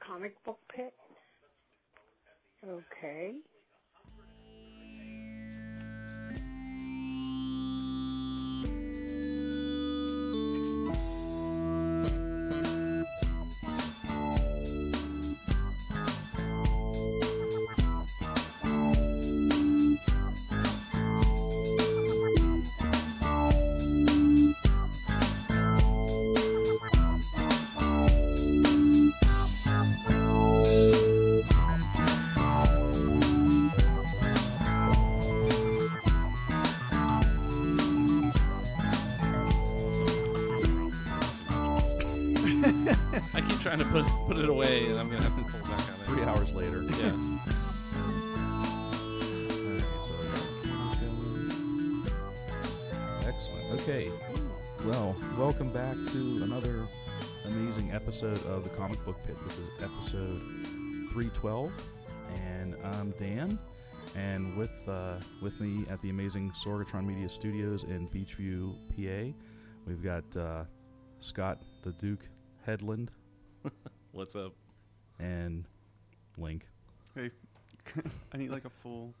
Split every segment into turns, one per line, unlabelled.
comic book pit. Okay.
I keep trying to put put it away, and I'm gonna have to pull back on it.
Three hours later.
Yeah.
Alright, so I got the cameras going. Excellent. Okay. Well, welcome back to another amazing episode of the Comic Book Pit. This is episode 312, and I'm Dan. And with uh, with me at the amazing Sorgatron Media Studios in Beachview, PA, we've got uh, Scott the Duke Headland
What's up?
and Link.
Hey, I need like a full.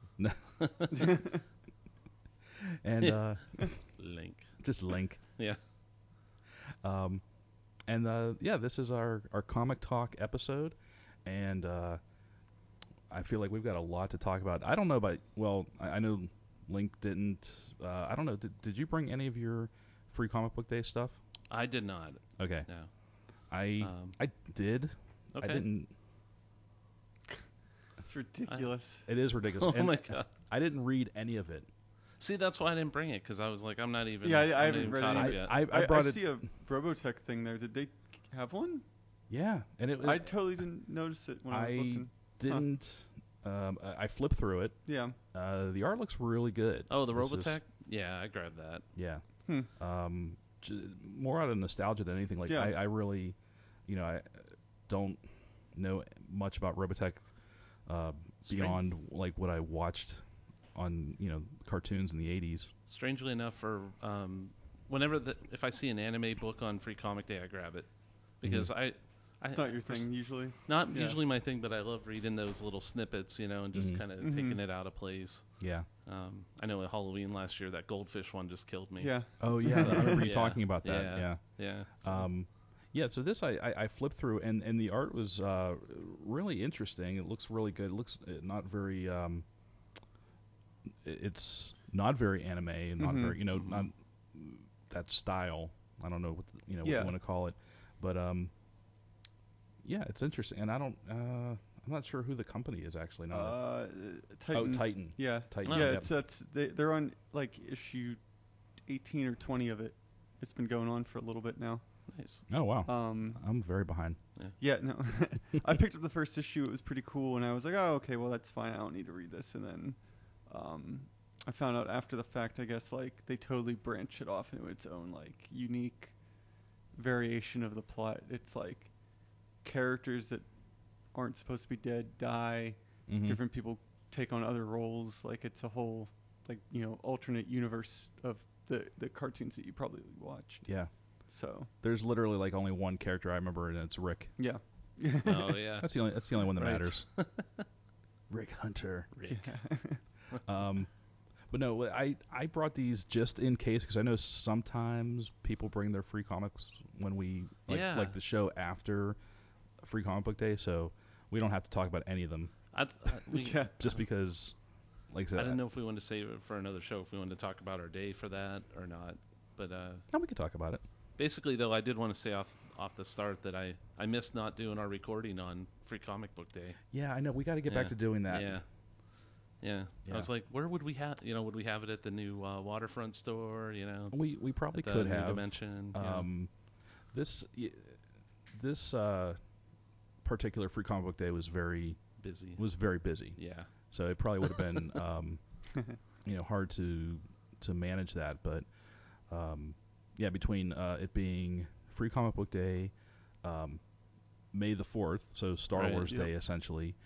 And uh,
Link.
just Link.
Yeah.
Um, and uh, yeah, this is our, our comic talk episode, and uh, I feel like we've got a lot to talk about. I don't know about well, I, I know Link didn't. Uh, I don't know. Did, did you bring any of your free comic book day stuff?
I did not.
Okay,
No.
I
Um,
I did.
Okay.
I didn't.
It's ridiculous.
It is ridiculous.
Oh
and
my god.
I didn't read any of it.
See, that's why I didn't bring it because I was like, I'm not even.
Yeah, I-
I'm
I
not
haven't
even
read
caught
any
up
of
yet.
I, I
I, I
brought it.
see a Robotech thing there. Did they have one?
Yeah, and it.
I totally didn't notice it when I, was
I
looking.
didn't. Um, I- I flipped through it.
Yeah.
Uh, the art looks really good.
Oh, the
This is-
Robotech. Yeah, I grabbed that.
Yeah.
Hmm.
Um, j- more out of nostalgia than anything. Like
Yeah.
I, I really, you know, I uh, don't know much about Robotech uh,
Strange.
beyond like what I watched on you know cartoons in the '80s.
Strangely enough, for um, whenever the, if I see an anime book on Free Comic Day, I grab it
Mm-hmm.
because I. I,
It's not your
pers-
thing usually.
Not
Yeah.
usually my thing, but I love reading those little snippets, you know, and just
Mhm.
kind of
Mhm.
taking it out of place.
Yeah.
Um, I know at Halloween last year that goldfish one just killed me.
Yeah.
Oh yeah, I remember you
Yeah,
talking about that.
yeah.
yeah.
yeah. so-
Um, yeah, so this I, I, I flipped through and, and the art was uh, really interesting. It looks really good. It looks uh, not very um, i- it's not very anime and not
Mhm.
very you know
Mhm.
not that style. I don't know what the- you know
Yeah.
what you want to call it, but um, yeah, it's interesting. And I don't uh, I'm not sure who the company is actually. Now. that-
Uh,
oh,
Titan.
Titan.
Yeah.
Titan.
Oh,
yeah.
yep.
It's that's they, they're on like issue 18 or 20 of it. It's been going on for a little bit now.
nice.
Oh wow,
Um.
I'm very behind.
Yeah. No. I picked up the first issue. It was pretty cool, and I was like, oh, okay, well that's fine. I don't need to read this. And then, um, I found out after the fact. I guess like they totally branch it off into its own like unique variation of the plot. It's like characters that aren't supposed to be dead die.
Mm-hmm.
Mhm.
different people take on other roles. Like it's a whole like you know alternate universe of the the cartoons that you probably watched.
Yeah,
So
there's literally like only one character I remember, and it's Rick.
yeah.
Oh yeah.
That's the only. That's the only one that
Right.
matters. Rick Hunter.
Rick.
Um, but no, I I brought these just in case because I know sometimes people bring their free comics when we like
Yeah.
like the show after Free Comic Book Day, so we don't have to talk about any of them
I, I, we,
Yeah.
just because, like I
I
said,
didn't know if we wanted to save it for another show, if we wanted to talk about our day for that or not. But uh,
No, we could talk about it.
basically, though, I did want to say off off the start that I I missed not doing our recording on Free Comic Book Day.
Yeah, I know we got to get
Yeah.
back to doing that.
Yeah. Yeah.
Yeah.
I was like, where would we have, you know, would we have it at the new uh, waterfront store, you know,
We we probably
at the
could
new
have.
dimension? yeah.
Um, this y- this uh, particular Free Comic Book Day was very
busy.
was very busy.
Yeah.
So it probably would have been, um, you know, hard to to manage that. But um, yeah, between uh, it being Free Comic Book Day, um, May the Fourth, so Star
Right,
Wars
yep.
Day essentially,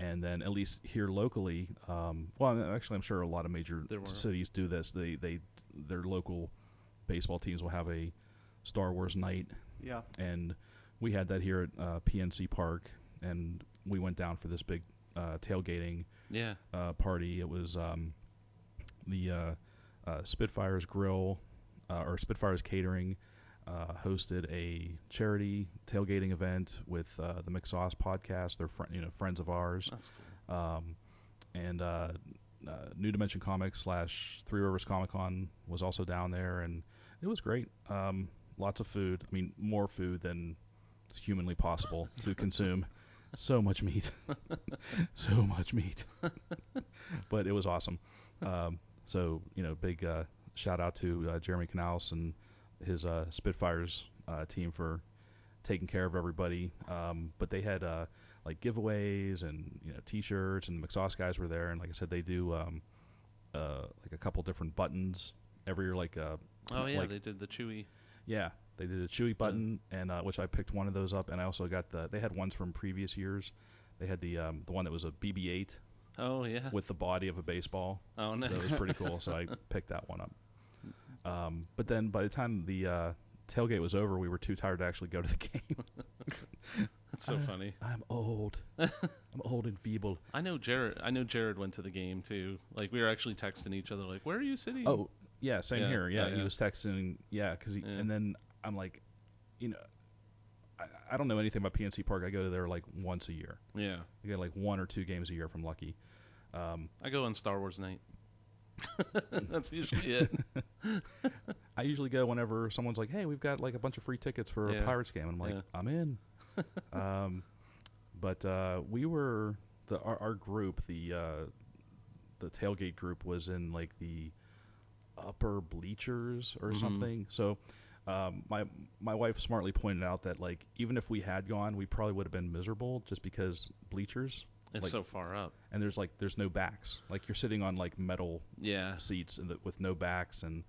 and then at least here locally, um, well, I'm- actually, I'm sure a lot of major
There were.
cities do this. They they their local baseball teams will have a Star Wars night
yeah.
and we had that here at uh, PNC Park and we went down for this big uh, tailgating
Yeah.
uh, party. It was um, the uh, uh, Spitfires Grill uh, or Spitfires Catering uh, hosted a charity tailgating event with uh, the McSauce podcast. They're fri you know friends of ours,
That's cool.
um, and uh, uh, New Dimension Comics slash Three Rivers Comic Con was also down there, and it was great. Um, lots of food. I mean, more food than is humanly possible to consume. So much meat. so much meat. but it was awesome. Um, so, you know, big uh, shout out to uh, Jeremy Canals and his uh, Spitfires uh, team for taking care of everybody. Um, but they had uh, like giveaways and, you know, t shirts, and the McSauce guys were there. And like I said, they do um, uh, like a couple different buttons every year, like uh,
Oh yeah,
like
they did the Chewy.
yeah, they did a Chewy button, and uh, which I picked one of those up, and I also got the. They had ones from previous years. They had the um, the one that was a BB-8
Oh yeah.
with the body of a baseball.
oh
That was
nice.
pretty cool, so I picked that one up. Um, but then by the time the uh, tailgate was over, we were too tired to actually go to the game.
That's so
Uh,
funny.
I'm old. I'm old and feeble.
I know Jared. I know Jared went to the game too. Like we were actually texting each other, like, "Where are you sitting?"
Oh, yeah, same
Yeah,
here. Yeah,
yeah,
he
yeah.
was texting. Yeah, because
Yeah.
and then I'm like, you know, I, I don't know anything about PNC Park. I go to there like once a year.
yeah.
I get like one or two games a year from Lucky. Um,
I go on Star Wars night. That's usually it.
I usually go whenever someone's like, "Hey, we've got like a bunch of free tickets for a
Yeah.
Pirates game," and I'm like,
Yeah.
"I'm in." um, but uh, we were the our, our group, the uh, the tailgate group, was in like the upper bleachers or
Mhm.
something. So um, my my wife smartly pointed out that like even if we had gone, we probably would have been miserable just because bleachers
It's
Like-
so far up.
and there's like there's no backs. Like you're sitting on like metal
Yeah.
seats and the, with no backs and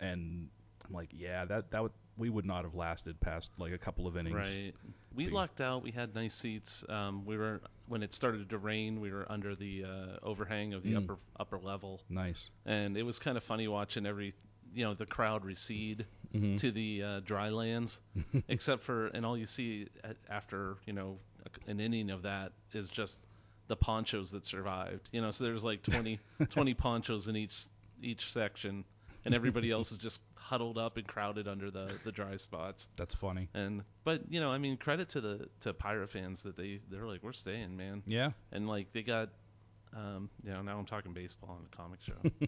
and I'm like, yeah, that that would we would not have lasted past like a couple of innings.
Right. We
Big-
lucked out. We had nice seats. Um, we were when it started to rain. We were under the uh, overhang of the
Mm.
upper upper level,
Nice.
and it was kind of funny watching every you know the crowd recede
Mhm.
to the uh, dry lands, except for and all you see a- after you know a- an inning of that is just the ponchos that survived. You know, so there's like 20, 20 ponchos in each each section, and everybody else is just huddled up and crowded under the the dry spots.
That's funny.
And but you know, I mean, credit to the to pirate fans that they they're like we're staying, man.
Yeah.
And like they got, um, you know, now I'm talking baseball on a comic show.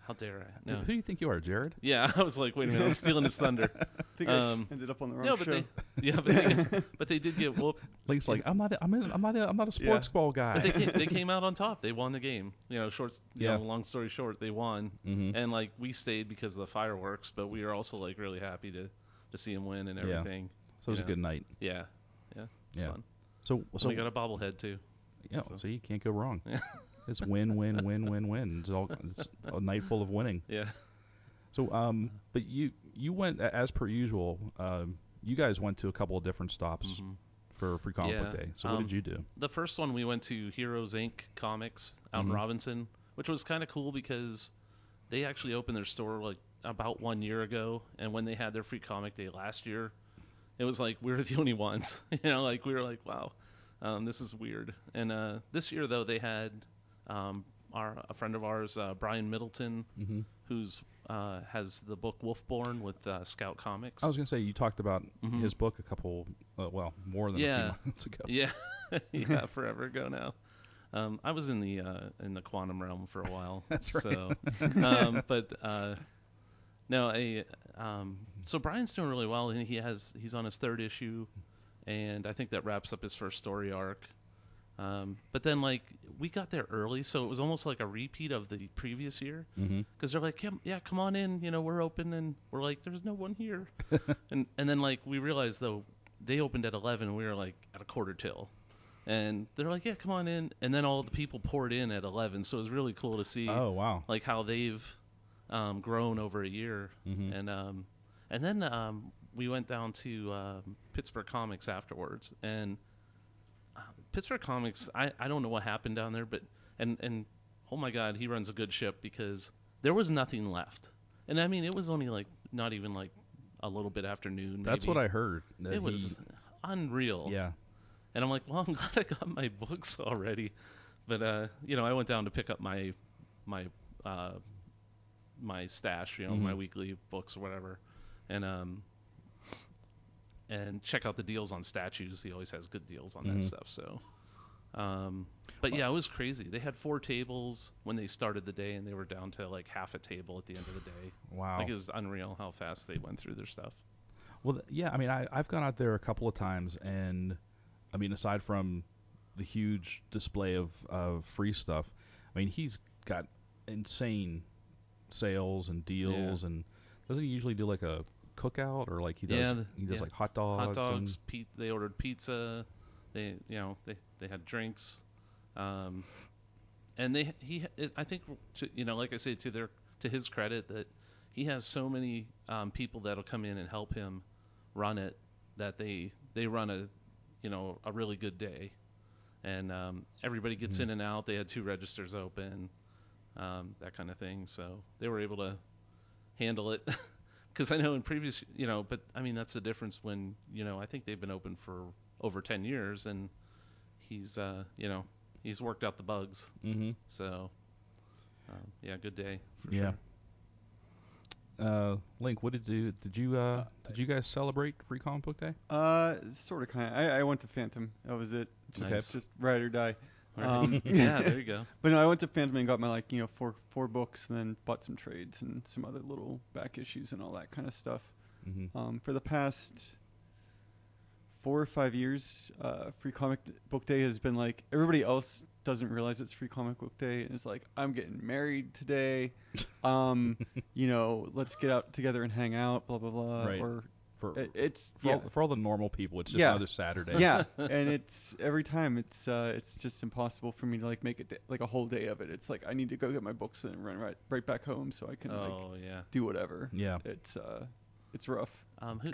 How dare I? No.
Who do you think you are, Jared?
Yeah, I was like, wait a minute, I'm stealing his thunder.
I think
Um,
I sh- ended up on the wrong
no,
show.
but they, yeah, but they, got- but they did get whooped.
Link's like, I'm not, a, I'm, a, I'm not, a, I'm not a sports ball guy.
But they came, they came out on top. They won the game. You know, short. You
Yeah.
know, long story short, they won.
Mhm.
And like we stayed because of the fireworks, but we were also like really happy to to see him win and
Yeah.
everything.
so it was
yeah.
a good night.
Yeah, yeah, it's
Yeah.
fun.
So,
So
so
we got a bobblehead too.
yeah.
so-
See, you can't go wrong.
Yeah.
It's win, win, win, win, win. It's all it's a night full of winning.
Yeah.
So, um, but you you went a- as per usual. Um, you guys went to a couple of different stops
Mhm.
for Free Comic Book
Yeah,
Day. So, what
um,
did you do?
The first one we went to Heroes Inc. Comics out in
Mhm.
Robinson, which was kind of cool because they actually opened their store like about one year ago, and when they had their free comic day last year, it was like we were the only ones. you know, like we were like, wow, um, this is weird. And uh, this year though, they had um, our a friend of ours, uh, Brian Middleton,
Mm-hmm.
who's uh, has the book Wolfborn with uh, Scout Comics.
I was gonna say you talked about
Mhm.
his book a couple, uh, well, more than a
Yeah.
few months ago.
Yeah, yeah, forever ago now. Um, I was in the uh, in the quantum realm for a while.
That's right.
So, um, but uh, no, a um, so Brian's doing really well, and he has he's on his third issue, and I think that wraps up his first story arc. Um, but then like we got there early, so it was almost like a repeat of the previous year
Mm-hmm.
because they're like, yeah, yeah, come on in. You know, we're open, and we're like, there's no one here. and and then like we realized though, they opened at 11, and we were like at a quarter till, and they're like, yeah, come on in. And then all the people poured in at 11, so it was really cool to see
Oh wow.
like how they've um, grown over a year.
Mhm.
And um, and then um, we went down to um Pittsburgh Comics afterwards, and uh, Pittsburgh Comics. I, I don't know what happened down there, but and and oh my God, he runs a good ship because there was nothing left, and I mean it was only like not even like a little bit after noon.
That's
maybe.
what I heard. that
It was
he-
unreal.
Yeah.
And I'm like, well, I'm glad I got my books already. But uh, you know, I went down to pick up my my uh, my stash, you know, my
Mhm.
weekly books or whatever, and um, and check out the deals on statues. He always has good deals on
Mhm.
that stuff. So, um, but yeah, it was crazy. They had four tables when they started the day, and they were down to like half a table at the end of the day.
Wow.
Like it was unreal how fast they went through their stuff.
Well, th- yeah, I mean, I, I've gone out there a couple of times, and I mean, aside from the huge display of, of free stuff, I mean, he's got insane sales and deals, and doesn't he usually do like a cookout or like he does?
Yeah, th-
he does
yeah.
like hot dogs.
Hot dogs,
and-
pe- they ordered pizza, they you know they they had drinks, um, and they he I think to, you know like I say to their to his credit that he has so many um, people that'll come in and help him run it that they they run a you know a really good day, and um, everybody gets
Mhm.
in and out. They had two registers open, um, that kind of thing. So they were able to handle it. Because I know in previous, you know, but I mean that's the difference when you know I think they've been open for over ten years, and he's uh, you know he's worked out the bugs.
Mhm.
So um, yeah, good day. For
Yeah.
Sure.
Uh, Link, what did you did you uh, did you guys celebrate Free Comic Book Day?
Uh, sort of, kind of. I, I went to Phantom. That was it. Just,
Nice.
just ride or die.
All right.
Um,
yeah, there you go.
But no, I went to Phantom and got my like you know four four books and then bought some trades and some other little back issues and all that kind of stuff.
Mm-hmm.
Um, for the past four or five years, uh, Free Comic D- Book Day has been like everybody else doesn't realize it's Free Comic Book Day and it's like I'm getting married today. Um, you know, let's get out together and hang out, blah blah blah.
Right.
Or
For
it, it's
for,
Uh, yeah.
all, for all the normal people, it's just
Yeah.
another Saturday.
yeah and it's every time it's uh it's just impossible for me to like make it like a whole day of it it's like i need to go get my books and run right right back home so i can like
Oh yeah.
do whatever
yeah.
it's uh it's rough
Um, who,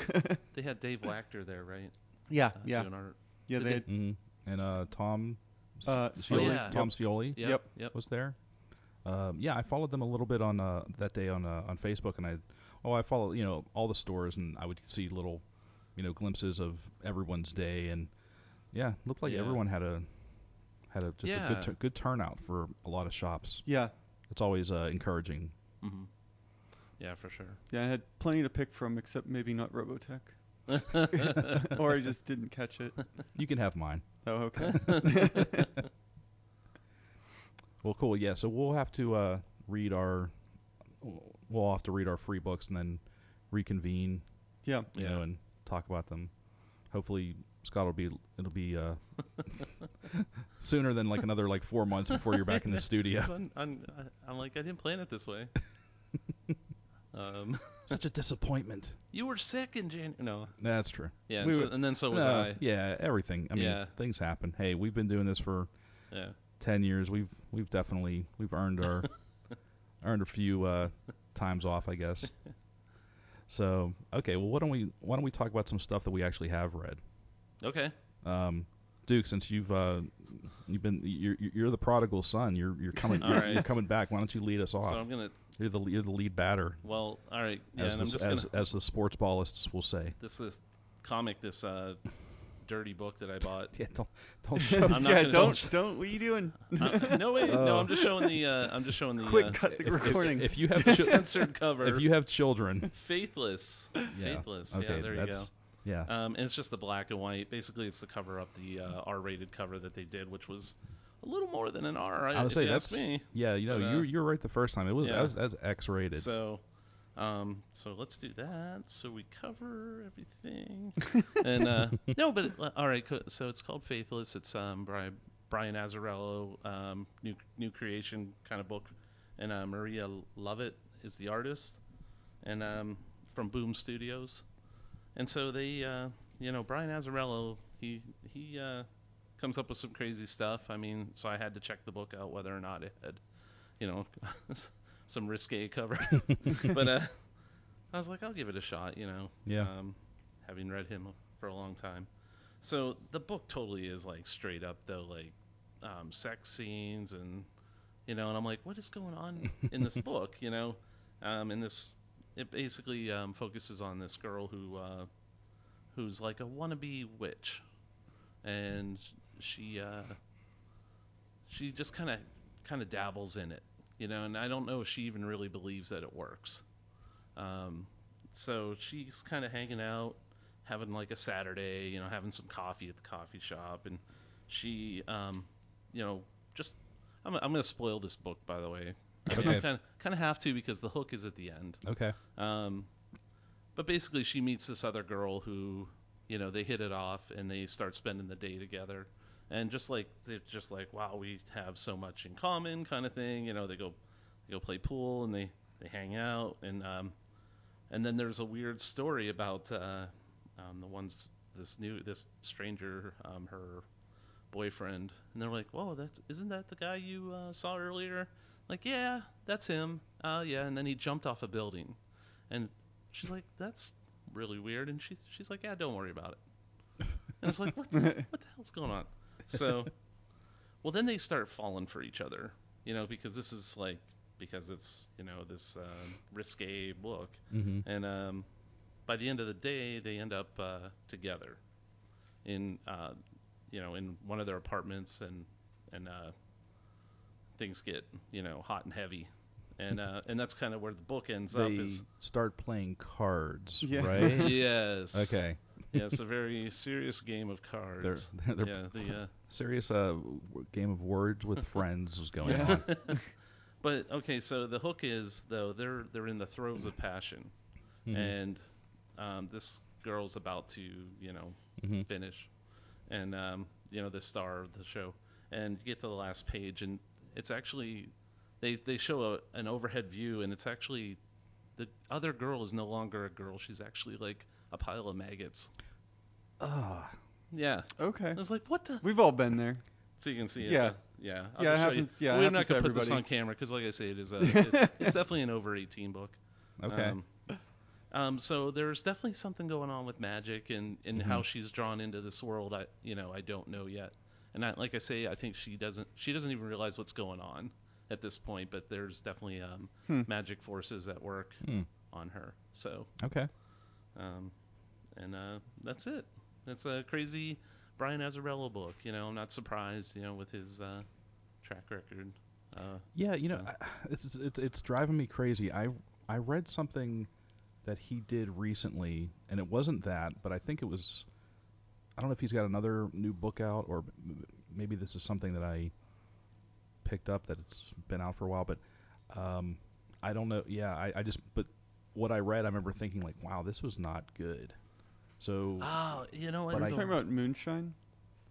they had Dave Wachter there, right?
yeah
Uh,
yeah
Doing art.
yeah
Did
they
they-
had,
hmm And uh, Tom, S-
Uh,
Scioli-
Oh, yeah.
Tom Scioli
Yep. Yep.
Yep.
was there. Um, yeah, I followed them a little bit on uh, that day on uh, on Facebook, and I oh I follow you know all the stores, and I would see little you know glimpses of everyone's day, and yeah, looked like
Yeah.
everyone had a had a just a
Yeah.
good tu- good turnout for a lot of shops.
yeah
It's always uh, encouraging.
hmm Yeah, for sure.
yeah i had plenty to pick from except maybe not robotech or i just didn't catch it
You can have mine.
oh okay
Well, cool. Yeah, so we'll have to uh, read our we'll have to read our free books and then reconvene
yeah
you
Yeah.
know, and talk about them. Hopefully, Scott will be it'll be uh, sooner than like another like four months before you're back in the studio.
It's un- un- I- I'm like I didn't plan it this way. um,
Such a disappointment.
you were sick in January. No.
That's true.
Yeah.
We
and, so,
were-
and then so was
No,
I.
Yeah, everything. I mean,
Yeah.
things happen. Hey, we've been doing this for
Yeah.
ten years. We've we've definitely we've earned our earned a few uh, times off, I guess. So okay, well, why don't we why don't we talk about some stuff that we actually have read?
Okay.
Um, Duke, since you've uh, you've been you're, you're the prodigal son. You're you're coming
All
you're,
right.
you're coming back. Why don't you lead us off?
So I'm gonna.
you're the you're the lead batter,
Well, all right. Yeah,
as,
and
the,
I'm just
as,
gonna
as the sports ballists will say.
this this comic this uh dirty book that I bought.
Yeah, don't don't
yeah
show.
I'm not gonna-
don't don't what are you doing
Uh, no way. No,
Oh.
I'm just showing the. Uh, I'm just showing the.
quick
uh,
cut the
if- if-
recording
If, you have chil-
censored cover.
if you have children,
faithless.
yeah,
Faithless.
okay,
yeah. There you go.
that's, Yeah,
Um, and it's just the black and white. Basically, it's the cover up the uh, R-rated cover that they did, which was a little more than an R. I,
I would
if
say
you
that's
ask me.
yeah. You know,
but, uh,
you're you're right the first time. It was
yeah.
that was, that was X-rated.
So, um, so let's do that. So we cover everything. and uh, no, but uh, all right. co- So it's called Faithless. It's um Brian Brian Azarello, um, new new creation kind of book, and uh, Maria Lovett is the artist, and um, from Boom Studios, and so they, uh, you know, Brian Azarello, he he uh, comes up with some crazy stuff. I mean, so I had to check the book out whether or not it had, you know, some risque cover, but uh, I was like, I'll give it a shot, you know.
Yeah.
Um, having read him for a long time, so the book totally is like straight up though, like um, sex scenes and you know, and I'm like, what is going on in this book, you know? Um, and this it basically um, focuses on this girl who uh, who's like a wannabe witch, and she uh, she just kind of kind of dabbles in it, you know. And I don't know if she even really believes that it works. Um, so she's kind of hanging out, having like a Saturday, you know, having some coffee at the coffee shop, and she, um, you know, just I'm, I'm gonna spoil this book by the way. I mean,
Okay.
I kind of kind of have to because the hook is at the end.
Okay.
Um, but basically, she meets this other girl who, you know, they hit it off and they start spending the day together. And just like they're just like, wow, we have so much in common, kind of thing. You know, they go they go play pool and they they hang out and um, and then there's a weird story about uh, um, the ones this new this stranger um, her boyfriend and they're like, whoa, that's isn't that the guy you uh, saw earlier? Like, yeah, that's him. Oh yeah, and then he jumped off a building. And she's like, "That's really weird." And she she's like, "Yeah, don't worry about it." And it's like, "What the, what the hell's going on?" So, well, then they start falling for each other, you know, because this is like because it's you know this uh, risque book,
Mm-hmm.
and um, by the end of the day, they end up uh, together in uh, you know in one of their apartments, and and uh, things get you know hot and heavy. And, uh, and that's kind of where the book ends up
They
is
start playing cards,
Yeah.
right?
yes.
Okay.
Yeah, it's a very serious game of
They're,
cards.
they're, they're
yeah, the uh,
serious uh, w- game of words with friends was going
Yeah.
on.
but okay, so the hook is though they're they're in the throes of passion,
Mhm.
and um, this girl's about to you know
Mhm.
finish, and um, you know the star of the show, and you get to the last page, and it's actually they they show a, an overhead view, and it's actually the other girl is no longer a girl; she's actually like a pile of maggots.
Ah,
Yeah,
Okay.
I was like, what the
We've all been there.
So you can see it.
Yeah.
uh, Yeah.
Yeah, it
just show you.
happens- yeah, it
We're not
happens to
gonna put this
everybody.
on camera because, like I say, it is a, it's, it's definitely an over 18 book.
okay.
Um, um, so there's definitely something going on with magic and, and
Mm-hmm.
how
Mhm.
she's drawn into this world. I you know I don't know yet. And I, like I say, I think she doesn't she doesn't even realize what's going on at this point. But there's definitely um,
Hmm.
magic forces at work
Hmm.
on her. So
Okay.
um, and uh, that's it. That's a crazy Brian Azarello book. You know, I'm not surprised. You know, with his uh, track record. Uh,
Yeah, you know,
So-
I, it's, it's- it's it's driving me crazy. I I read something that he did recently, and it wasn't that, but I think it was. I don't know if he's got another new book out, or m- maybe this is something that I picked up that it's been out for a while. But um, I don't know. Yeah, I, I just but what I read, I remember thinking like, wow, this was not good. So
oh, you know what?
But
Are
I-
you talking about moonshine?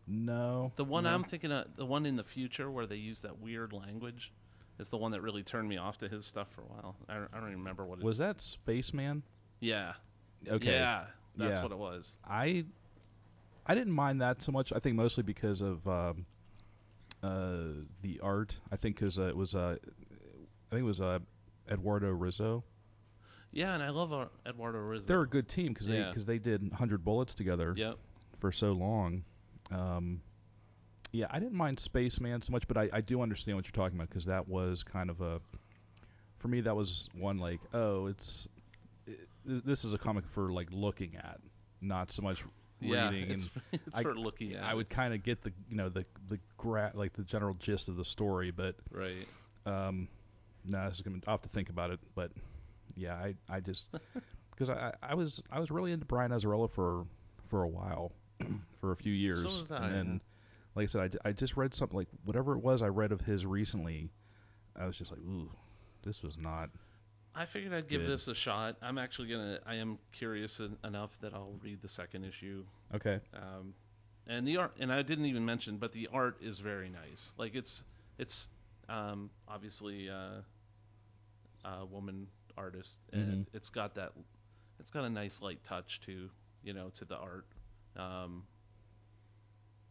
no,
the one
No.
I'm thinking of, the one in the future where they use that weird language, is the one that really turned me off to his stuff for a while. I don't, I don't even remember what it
was that Spaceman?
Yeah.
Okay,
Yeah. That's
Yeah.
what it was.
I I didn't mind that so much. I think mostly because of um, uh, the art. I think because uh, it was uh, I think it was uh, Eduardo Rizzo.
Yeah, and I love uh, Eduardo Rizzo.
They're a good team because they
Yeah.
because they did Hundred Bullets together
Yep.
for so long. Um, yeah, I didn't mind Spaceman so much, but I, I do understand what you're talking about because that was kind of a for me that was one like oh it's it, this is a comic for like looking at, not so much
Yeah.
reading and
It's, it's
I-
for looking at.
I would kind of get the you know the the gra- like the general gist of the story, but
Right.
um, no, this is gonna I'll have to think about it. But yeah, I I just because I I I was I was really into Brian Azzarello for for a while, for a few years,
was I,
and then like I said, I, ju- I just read something like whatever it was I read of his recently, I was just like ooh, this was not
I figured I'd give
Good.
this a shot. I'm actually gonna. I am curious en- enough that I'll read the second issue.
okay.
Um, and the art, and I didn't even mention, but the art is very nice. Like it's it's um, obviously uh, a woman artist, and
Mm-hmm.
it's got that. It's got a nice light touch to you know to the art. Um,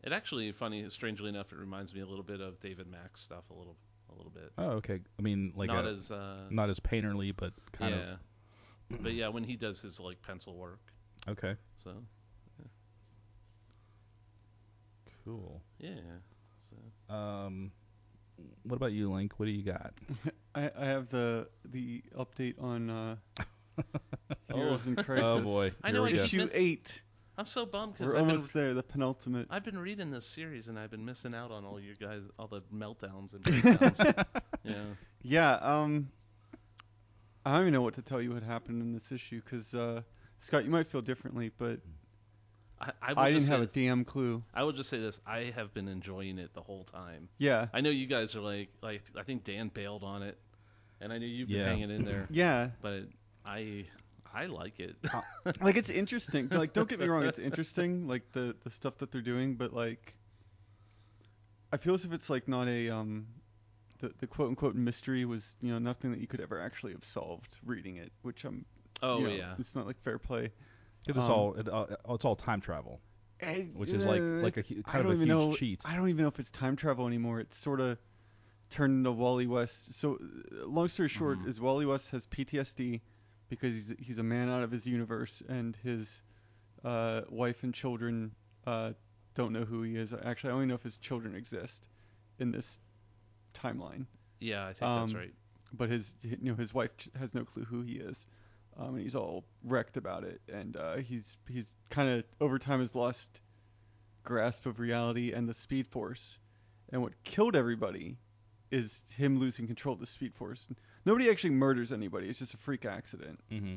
it actually funny, strangely enough, it reminds me a little bit of David Mack's stuff a little a little bit.
Oh okay, I mean like
not
a-
as uh,
not as painterly, but kind
yeah. But yeah, when he does his like pencil work,
of okay.
so
Cool.
yeah. So
Um, what about you, Link? What do you got?
I, I have the the update on uh, Heroes in Crisis.
Oh boy.
I know I
Here we go.
just-
Issue
Smith-
eight.
I'm so bummed because
We're
I've been,
almost there. The penultimate.
I've been reading this series and I've been missing out on all you guys, all the meltdowns and breakdowns. yeah.
Yeah. Um. I don't even know what to tell you what happened in this issue because uh, Scott, you might feel differently, but
I, I, would
I, didn't
just
have
say
a damn clue.
I would just say this. I have been enjoying it the whole time.
Yeah.
I know you guys are like, like I think Dan bailed on it, and I knew you've been
Yeah.
hanging in there.
Yeah.
But I, I like it.
like it's interesting. Like don't get me wrong, it's interesting. Like the the stuff that they're doing, but like I feel as if it's like not a um the the quote unquote mystery was you know nothing that you could ever actually have solved reading it, which I'm
oh
you know,
yeah.
it's not like fair play.
'Cause it's
Um,
all it, uh, it's all time travel.
I-
Which is like-
uh,
like a
it's-
hu-
I
kind of
don't
a
even
huge
know-
cheat.
I don't even know if it's time travel anymore. It's sort of turned into Wally West. So, uh, long story
Mm-hmm.
short,
Mhm.
is Wally West has PTSD because he's he's a man out of his universe, and his uh, wife and children uh, don't know who he is. Actually, I only know if his children exist in this timeline
Yeah, I think that's
Um,
right.
but his you know his wife j- has no clue who he is, um, and he's all wrecked about it. And uh, he's he's kind of over time has lost grasp of reality and the Speed Force. And what killed everybody is him losing control of the Speed Force. Nobody actually murders anybody. It's just a freak accident.
Mm-hmm.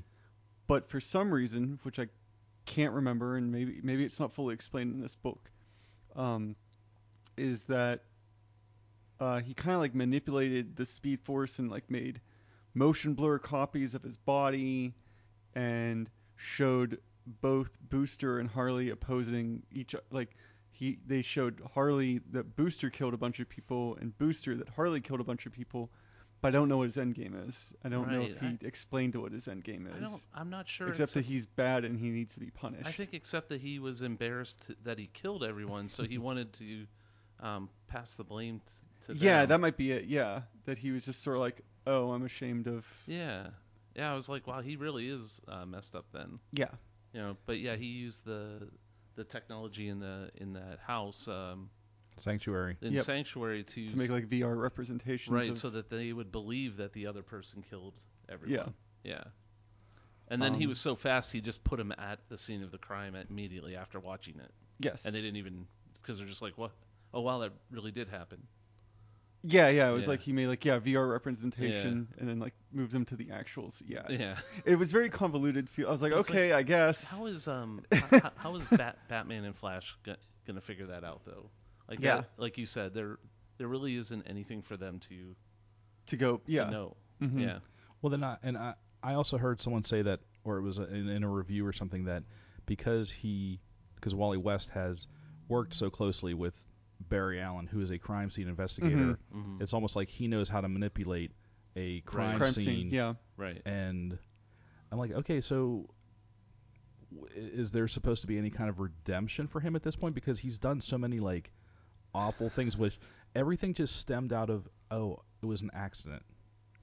But for some reason, which I can't remember, and maybe maybe it's not fully explained in this book, um, is that uh, he kind of like manipulated the Speed Force and like made motion blur copies of his body, and showed both Booster and Harley opposing each o- like he they showed Harley that Booster killed a bunch of people and Booster that Harley killed a bunch of people. But I don't know what his end game is. I don't know
Right,
if
I-
he explained what his end game is.
I don't. I'm not sure.
Except that he's bad and he needs to be punished.
I think except that he was embarrassed to- that he killed everyone, so he wanted to um, pass the blame t- to
yeah,
them.
that might be it. Yeah, that he was just sort of like, oh, I'm ashamed of.
Yeah, yeah. I was like, wow, he really is uh, messed up then.
Yeah.
You know, but yeah, he used the the technology in the in that house um,
Sanctuary.
in
Yep.
sanctuary to,
To make like VR representations.
right
Of,
so that they would believe that the other person killed everyone. Yeah. Yeah. And then he
Um,
was so fast, he just put him at the scene of the crime immediately after watching it,
yes.
and they didn't even because they're just like, what? Oh wow, that really did happen.
yeah, yeah. It was
Yeah.
like he made like yeah VR representation and then like moved them to the actuals. Yeah. it's-
Yeah.
It was very convoluted. Feel. I was like,
It's like,
okay, I guess.
How is um how, how is Bat, Batman and Flash go- gonna figure that out though? Like
Yeah.
that, like you said, there there really isn't anything for them to
to go. Yeah.
to know.
Mhm.
Yeah.
Well, then, I, and I, I also heard someone say that, or it was a, in, in a review or something that because he, because Wally West has worked so closely with Barry Allen, who is a crime scene investigator,
hmm
it's almost like he knows how to manipulate a crime,
Crime scene. Yeah.
Right.
And I'm like, okay, so w- is there supposed to be any kind of redemption for him at this point because he's done so many like awful things which everything just stemmed out of oh it was an accident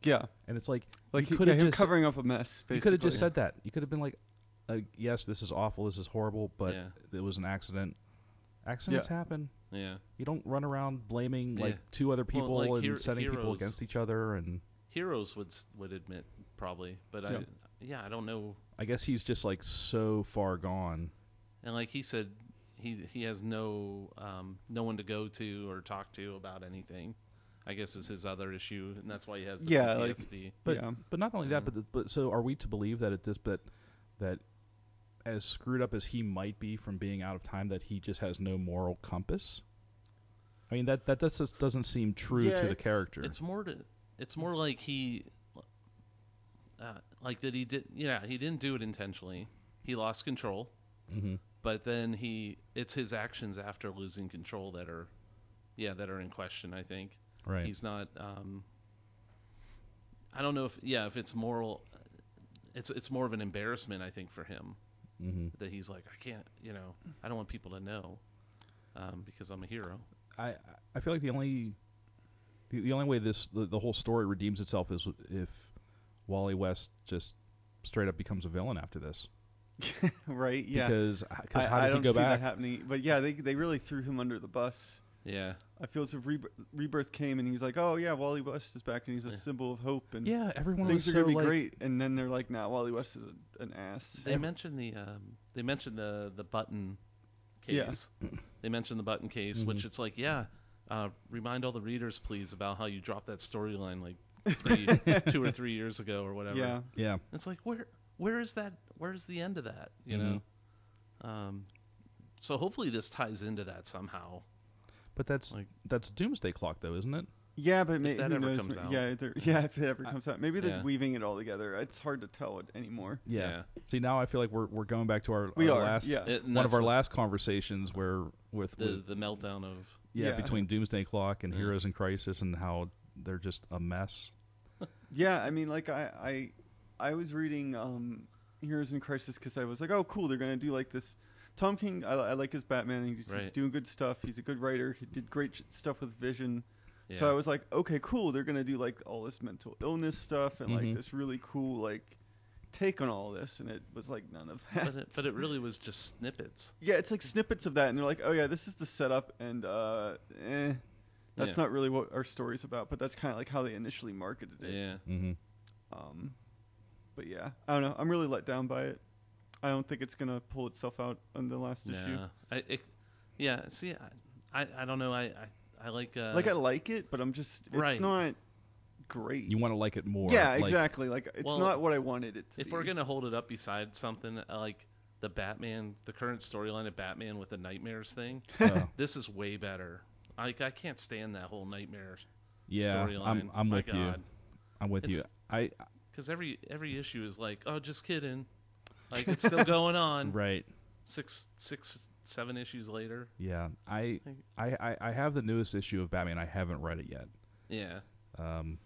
Yeah.
and it's like
Like
you
he,
could
yeah,
have
him
just
covering up a mess. Basically.
you could have just said that. You could have been like, uh, "Yes, this is awful. This is horrible, but
Yeah.
it was an accident. Accidents happen.
Yeah.
You don't run around blaming like
Yeah.
two other
Well,
people
like,
and
hero-
setting people
heroes-
against each other." And
Heroes would s- would admit probably, but I
Yeah.
yeah I don't know.
I guess he's just like so far gone.
And like he said, he he has no um no one to go to or talk to about anything. I guess is his other issue, and that's why he has the
Yeah, like-
PTSD.
But
Yeah.
but not only that,
Mhm.
Mm-hmm.
but the, but so are we to believe that at this but that as screwed up as he might be from being out of time, that he just has no moral compass? I mean that that that's just doesn't seem true
Yeah,
to the
it's-
character.
It's more to, it's more like he, uh, like that he did. Yeah, he didn't do it intentionally. He lost control,
hmm
but then he, it's his actions after losing control that are, yeah, that are in question. I think
Right.
he's not. Um, I don't know if yeah, if it's moral. It's it's more of an embarrassment I think for him
mm-hmm.
that he's like I can't you know I don't want people to know, um, because I'm a hero.
I I feel like the only the, the only way this the, the whole story redeems itself is if Wally West just straight up becomes a villain after this.
right. Yeah.
Because because
I,
how
I
does he
don't
go
see that
back?
happening. But yeah, they they really threw him under the bus.
Yeah.
I feel as if Reb- Rebirth came and he was like, oh yeah, Wally West is back and he's a
Yeah.
symbol of hope and
Yeah, everyone
things
was
are
so
gonna be
like,
great. And then they're like, nah, Wally West is a, an ass.
They mentioned the um, they mentioned the the button
Yeah.
case. They mentioned the button case, which it's like, yeah. Uh, remind all the readers, please, about how you dropped that storyline like three, two or three years ago or whatever.
yeah,
Yeah,
It's like where where is that? Where's the end of that? You know. Um, so hopefully this ties into that somehow.
but that's
Like-
that's Doomsday Clock though, isn't it?
yeah, but maybe
that
who
ever
knows?
comes
ma-
out.
Yeah, they're- yeah, if it ever
I-
comes out, maybe they're
yeah.
weaving it all together. It's hard to tell it anymore.
See, now I feel like we're we're going back to our,
We
our
are,
last
yeah.
It- and
Uh, one of
that's
our last conversations where with,
the Mm-hmm.
with
the meltdown of
yeah,
Yeah.
between Doomsday Clock and
Yeah.
Heroes in Crisis and how they're just a mess.
Yeah, I mean, like I, I, I was reading um, Heroes in Crisis because I was like, oh, cool, they're gonna do like this. Tom King, I, I like his Batman. He's, he's
Right.
doing good stuff. He's a good writer. He did great sh- stuff with Vision.
yeah.
So I was like, okay, cool. They're gonna do like all this mental illness stuff and
Mm-hmm.
Mhm.
like this really cool like take on all this, and it was like none of that.
but it, but it really was just snippets.
yeah, it's like snippets of that, and they're like, oh yeah, this is the setup, and uh, eh, that's
Yeah.
not really what our story's about. But that's kind of like how they initially marketed it.
Yeah.
Mm-hmm.
Um, but yeah, I don't know. I'm really let down by it. I don't think it's gonna pull itself out on the last issue.
Yeah. I it, yeah. See, I, I I don't know. I I, I like uh,
Like I like it, but I'm just it's
right.
not great.
You want to like it more.
yeah,
like-
exactly. Like it's
Well,
not what I wanted it to
if
be.
we're gonna hold it up beside something uh, like the Batman, the current storyline of Batman with the nightmares thing,
uh,
this is way better. Like I can't stand that whole nightmare
yeah,
storyline.
I'm I'm
My
with you.
God.
I'm with you.
It's-
I
because every every issue is like, oh, just kidding, like it's still going on.
right.
Six six seven issues later.
Yeah, I,
Like-
I I I have the newest issue of Batman. I haven't read it yet.
Yeah.
Um,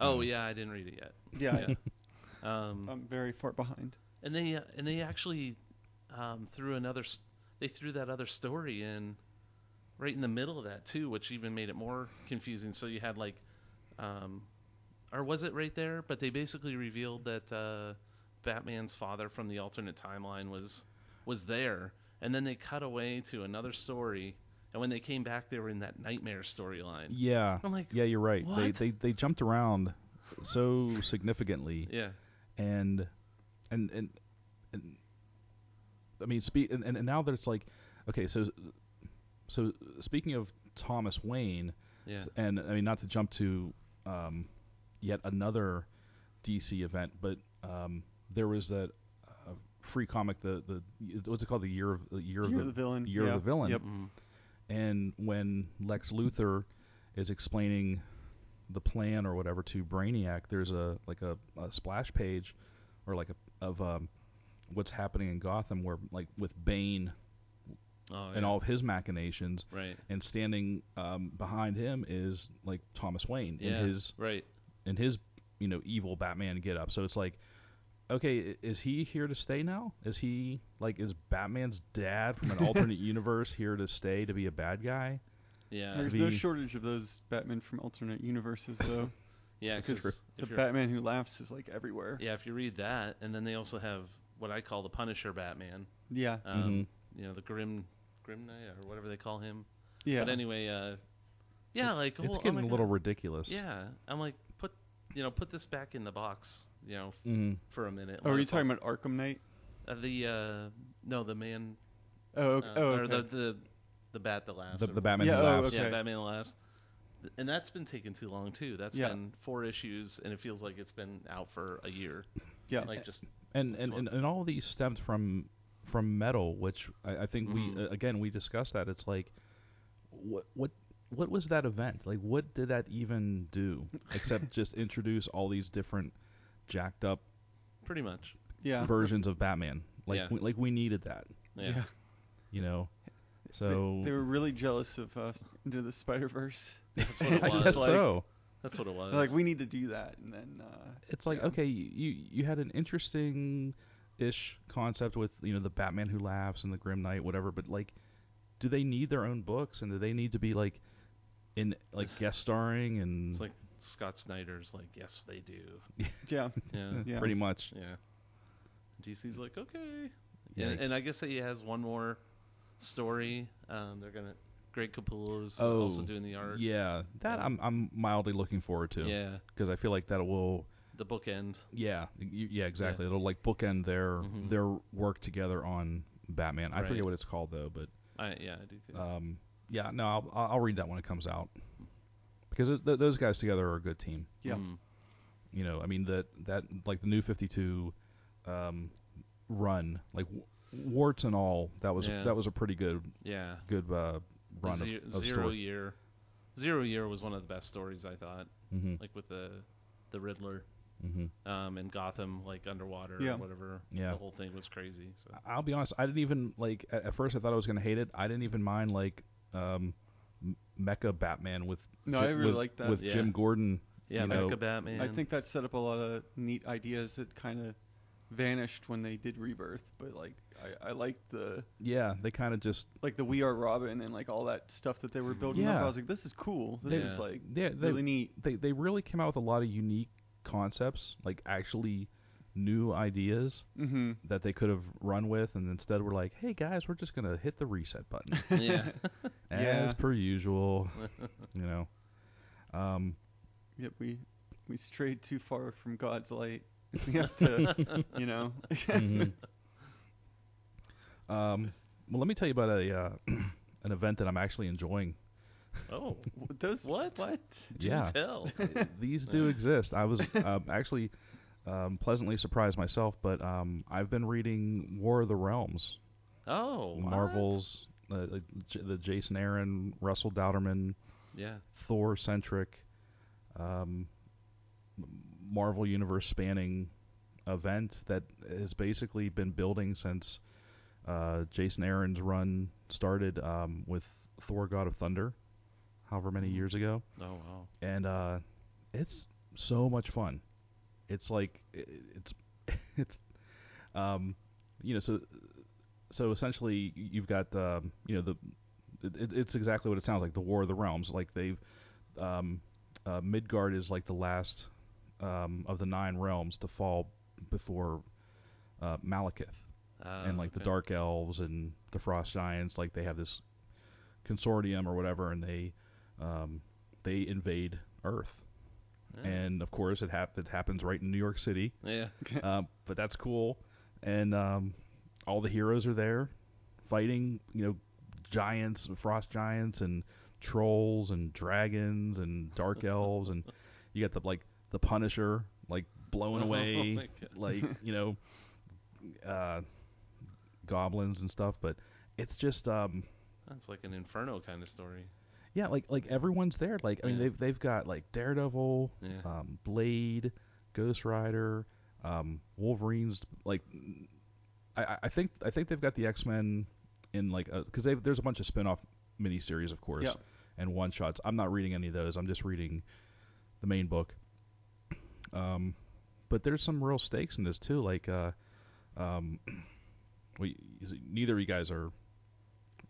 Oh
Mm.
yeah, I didn't read it yet.
yeah,
Yeah. Um,
I'm very far behind.
and they uh, and they actually um, threw another s- they threw that other story in right in the middle of that too, which even made it more confusing. So you had like, um, or was it right there? But they basically revealed that uh, Batman's father from the alternate timeline was was there, and then they cut away to another story. And when they came back, they were in that nightmare storyline.
yeah,
I'm like,
yeah, you're right. They
what?
they they jumped around so significantly,
yeah,
and and and and I mean, speak and, and and now there's like, okay, so so speaking of Thomas Wayne,
yeah,
and I mean not to jump to um, yet another DC event, but um, there was that uh, free comic the the what's it called the year of the year,
You're
of
the, villain.
Year of
yeah.
the Villain.
Yep.
mm,
and when Lex Luthor is explaining the plan or whatever to Brainiac, there's a like a, a splash page or like a of um, what's happening in Gotham where like with Bane
oh,
and
yeah,
all of his machinations,
right,
and standing um, behind him is like Thomas Wayne
yeah,
in his
right,
in his you know evil Batman get up. So it's like, okay, i- is he here to stay now? Is he like is Batman's dad from an alternate universe here to stay to be a bad guy?
yeah,
There's
to
no
be-
shortage of those Batman from alternate universes, though.
yeah,
This is
because
the Batman who laughs is like everywhere.
Yeah, if you read that, and then they also have what I call the Punisher Batman.
Yeah,
Mm-hmm.
Um, You know, the Grim Grim Knight or whatever they call him.
yeah.
But anyway, uh, yeah, like
it's
oh, oh
getting
my
a
God.
little ridiculous.
Yeah, I'm like put you know put this back in the box. You know,
Mm-hmm.
for a minute.
oh,
Let
are you
us
talking about Arkham Knight?
all- uh, the uh, no the man
Oh, okay.
uh,
oh,
or
okay.
the, the the bat that laughs.
The,
or
the Batman
Yeah,
who
oh,
laughs.
Yeah,
Okay.
Batman laughs. Th- And that's been taking too long too. That's
Yeah.
been four issues, and it feels like it's been out for a year.
yeah.
Like just
And, and and and all of these stemmed from from metal, which I, I think
Mhm.
we uh, again we discussed that. It's like, what what what was that event? Like, what did that even do except just introduce all these different jacked up
pretty much.
yeah.
versions of Batman? Like
Yeah.
we, like we needed that,
yeah.
you know.
They-
So
they, were really jealous of uh, Into the Spider Verse.
That's what it
I
was.
guess
Like-
so.
Oh, That's what it was.
Like we need to do that, and then uh,
it's like
Yeah.
okay, you you had an interesting ish concept with you know the Batman who laughs and the Grim Knight, whatever. But like, do they need their own books and do they need to be like in like guest starring and
It's like Scott Snyder's like, yes, they do.
yeah,
Yeah,
Yeah.
pretty much?
yeah. DC's like, okay.
Yeah,
And, and I guess that he has one more story. Um, they're gonna Greg Capullo is
Oh,
also doing the art.
Yeah, that I'm I'm mildly looking forward to.
Yeah,
Because I feel like that will.
the bookend.
Yeah. y- Yeah. Exactly. It'll like bookend their
Mhm.
their work together on Batman. I
Right.
forget what it's called though, but
I yeah, I do too.
um, yeah. No, I'll I'll I'll read that when it comes out. Because th- th- those guys together are a good team.
yeah.
Mm.
you know i mean that that like the new 52 um run like w- warts and all that was
Yeah.
that was a pretty good
yeah.
good uh
The
run
ze-
of, of
zero
story
year, zero year was one of the best stories I thought.
mm-hmm,
Like with the the Riddler
mm-hmm.
um, and Gotham, like underwater
Yeah.
or whatever.
Yeah.
the whole thing was crazy. So
i'll be honest i didn't even like at, at first i thought i was gonna hate it i didn't even mind like um M- mecha batman with
No,
Ji-
I really
with,
liked that.
with
Yeah.
jim gordon
yeah,
You
Mecha
know,
Batman.
I think that set up a lot of neat ideas that kind of vanished when they did Rebirth. But like, I, I liked the
yeah they kind of just
like the We Are Robin and like all that stuff that they were building up.
Mm-hmm. Yeah.
I was like, this is cool. This
They-
is like
yeah they,
really neat.
they they really came out with a lot of unique concepts like actually new ideas
Mm-hmm.
that they could have run with, and instead we're like, hey guys, we're just gonna hit the reset button
yeah,
as
Yeah.
per usual, you know. Um,
Yep, we we strayed too far from God's light. We have to, you know.
mhm. um, well, let me tell you about a uh, an event that I'm actually enjoying.
Oh,
Those
What?
What?
do
yeah,
tell.
these do exist. I was um, actually um, pleasantly surprised myself, but um, I've been reading War of the Realms,
Oh, what?
Marvel's uh, like, J- the Jason Aaron, Russell Dowderman
Yeah.
Thor centric, um, Marvel universe spanning event that has basically been building since uh, Jason Aaron's run started um, with Thor God of Thunder, however many years ago,
Oh wow.
and uh, it's so much fun. It's like i- i- it's it's um, you know so so essentially you've got um, you know the it, it- it's exactly what it sounds like the War of the Realms like they've um, uh, Midgard is like the last um, of the nine realms to fall before uh, Malekith
Uh,
and like the
okay.
Dark Elves and the Frost Giants like they have this consortium or whatever and they um, they invade Earth
Yeah.
and of course it, hap- it happens right in New York City
yeah.
um, but that's cool. And um, all the heroes are there, fighting you know giants, frost giants, and trolls and dragons and dark elves, and you got the like the Punisher like blown
Oh
away,
my God.
like you know, uh, goblins and stuff. But it's just um,
That's like an inferno kind of story.
yeah, like like everyone's there. Like I mean,
Yeah.
they've they've got like Daredevil,
Yeah.
um, Blade, Ghost Rider, um, Wolverine's. Like I- I, I think I think they've got the X Men in like because they there's a bunch of spin off miniseries of course
Yep.
and one shots. I'm not reading any of those. I'm just reading the main book. Um, but there's some real stakes in this too. Like uh, um, we neither of you guys are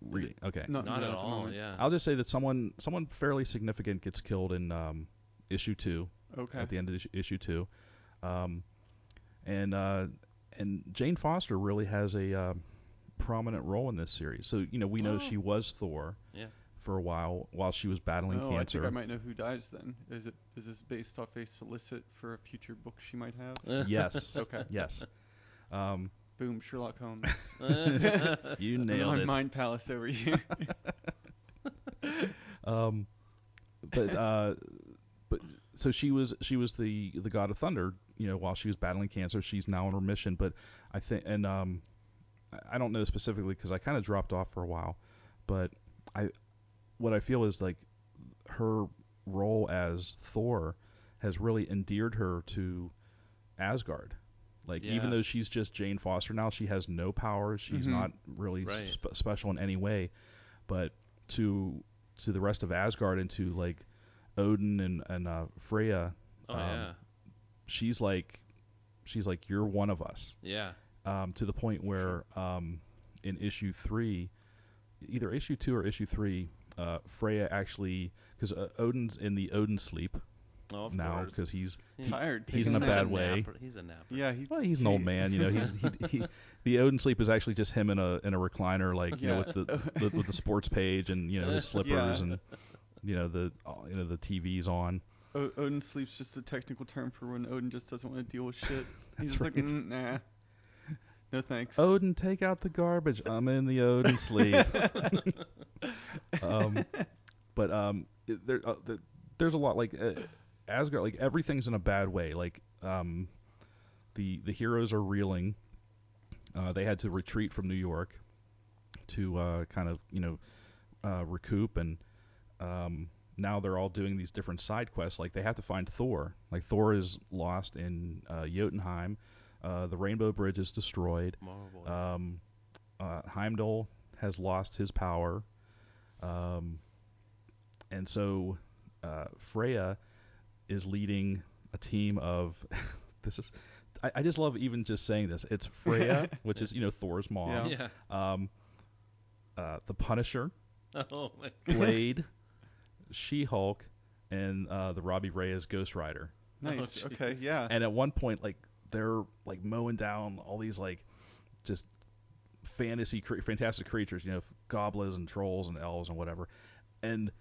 reading. Okay.
Not,
Not at
the
all.
moment.
Yeah.
I'll just say that someone someone fairly significant gets killed in um, issue two
Okay.
at the end of issue, issue two, um, and uh, and Jane Foster really has a uh, prominent role in this series. So you know we know
Oh.
she was Thor
Yeah.
for a while while she was battling
oh, I
cancer.
think I might know who dies then. Is it is this based off a solicit for a future book she might have?
yes,
Okay.
yes, um,
Boom, Sherlock Holmes.
you
My
nailed it.
mind palace over here.
Um, but uh, but so she was she was the the god of thunder. You know, while she was battling cancer, she's now in remission. But I think and um, I- I don't know specifically because I kind of dropped off for a while. But I what I feel is like her role as Thor has really endeared her to Asgard. Like
Yeah.
even though she's just Jane Foster now, she has no powers. She's
Mhm.
not really
Right.
sp- special in any way. But to to the rest of Asgard and to like Odin and and uh, Freya,
oh
um,
yeah.
she's like she's like you're one of us.
Yeah.
Um, to the point where um, in issue three, either issue two or issue three, uh, Freya actually because uh, Odin's in the Odin sleep,
Oh, of
now
course.
because he's
Yeah.
he-
Tired.
he's in
taking
a bad
nap.
way.
napper. He's a napper.
Yeah, he's
well, he's an old
he-
man. You know, he's he, he, the Odin sleep is actually just him in a in a recliner, like you know, with the, the with the sports page and you know his slippers
Yeah.
and you know the uh, you know the TV's on.
O- Odin sleeps just a technical term for when Odin just doesn't want to deal with shit.
That's
He's just like,
right. Oh,
"Mm, nah, no thanks.
Odin, take out the garbage. I'm in the Odin sleep. um, but um, it- there, uh, there, there's a lot like uh, Asgard. Like everything's in a bad way. Like um, the the heroes are reeling. Uh, they had to retreat from New York to uh, kind of you know uh, recoup, and um, now they're all doing these different side quests. Like they have to find Thor. Like Thor is lost in uh, Jotunheim. Uh, the Rainbow Bridge is destroyed.
Marvel.
Um, uh, Heimdall has lost his power, um, and so uh, Freya is leading a team of. this is, I, I just love even just saying this. It's Freya, which is you know Thor's mom.
yeah.
Um, uh, the Punisher,
Oh my
Blade, She-Hulk, and uh, the Robbie Reyes Ghost Rider.
nice.
Oh,
okay.
jeez.
Yeah.
And at one point, like they're like mowing down all these like just fantasy, cre- fantastic creatures, you know, goblins and trolls and elves and whatever, and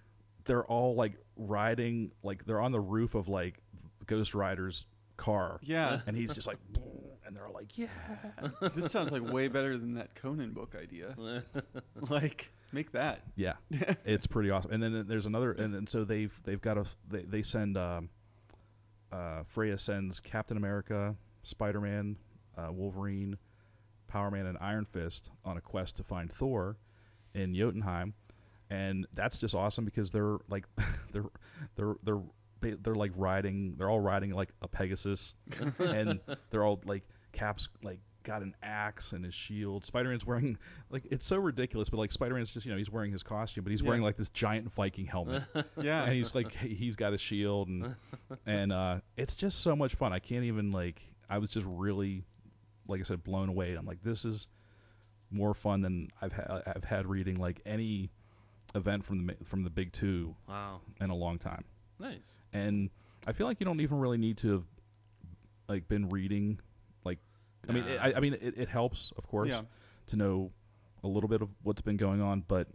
they're all like riding, like they're on the roof of like Ghost Rider's car,
Yeah.
and he's just like, and they're all like, yeah,
this sounds like way better than that Conan book idea. Like, make that.
yeah, it's pretty awesome. And then uh, there's another, and, and so they've they've got a they, they send um, uh, Freya sends Captain America, Spider Man, uh, Wolverine, Power Man, and Iron Fist on a quest to find Thor in Jotunheim, and that's just awesome because they're like they're they're they're ba- they're like riding they're all riding like a Pegasus, and they're all like caps like. Got an axe and his shield. Spider-Man's wearing like it's so ridiculous, but like Spider-Man's just you know he's wearing his costume, but he's
Yeah.
wearing like this giant Viking helmet,
Yeah.
and he's like he- he's got a shield and and uh it's just so much fun i can't even like i was just really like i said blown away i'm like this is more fun than i've had i've had reading like any event from the ma- from the big two
wow.
in a long time
Nice.
and i feel like you don't even really need to have like been reading like i mean it,
Nah.
I, I mean it, it helps of course
Yeah.
to know a little bit of what's been going on, but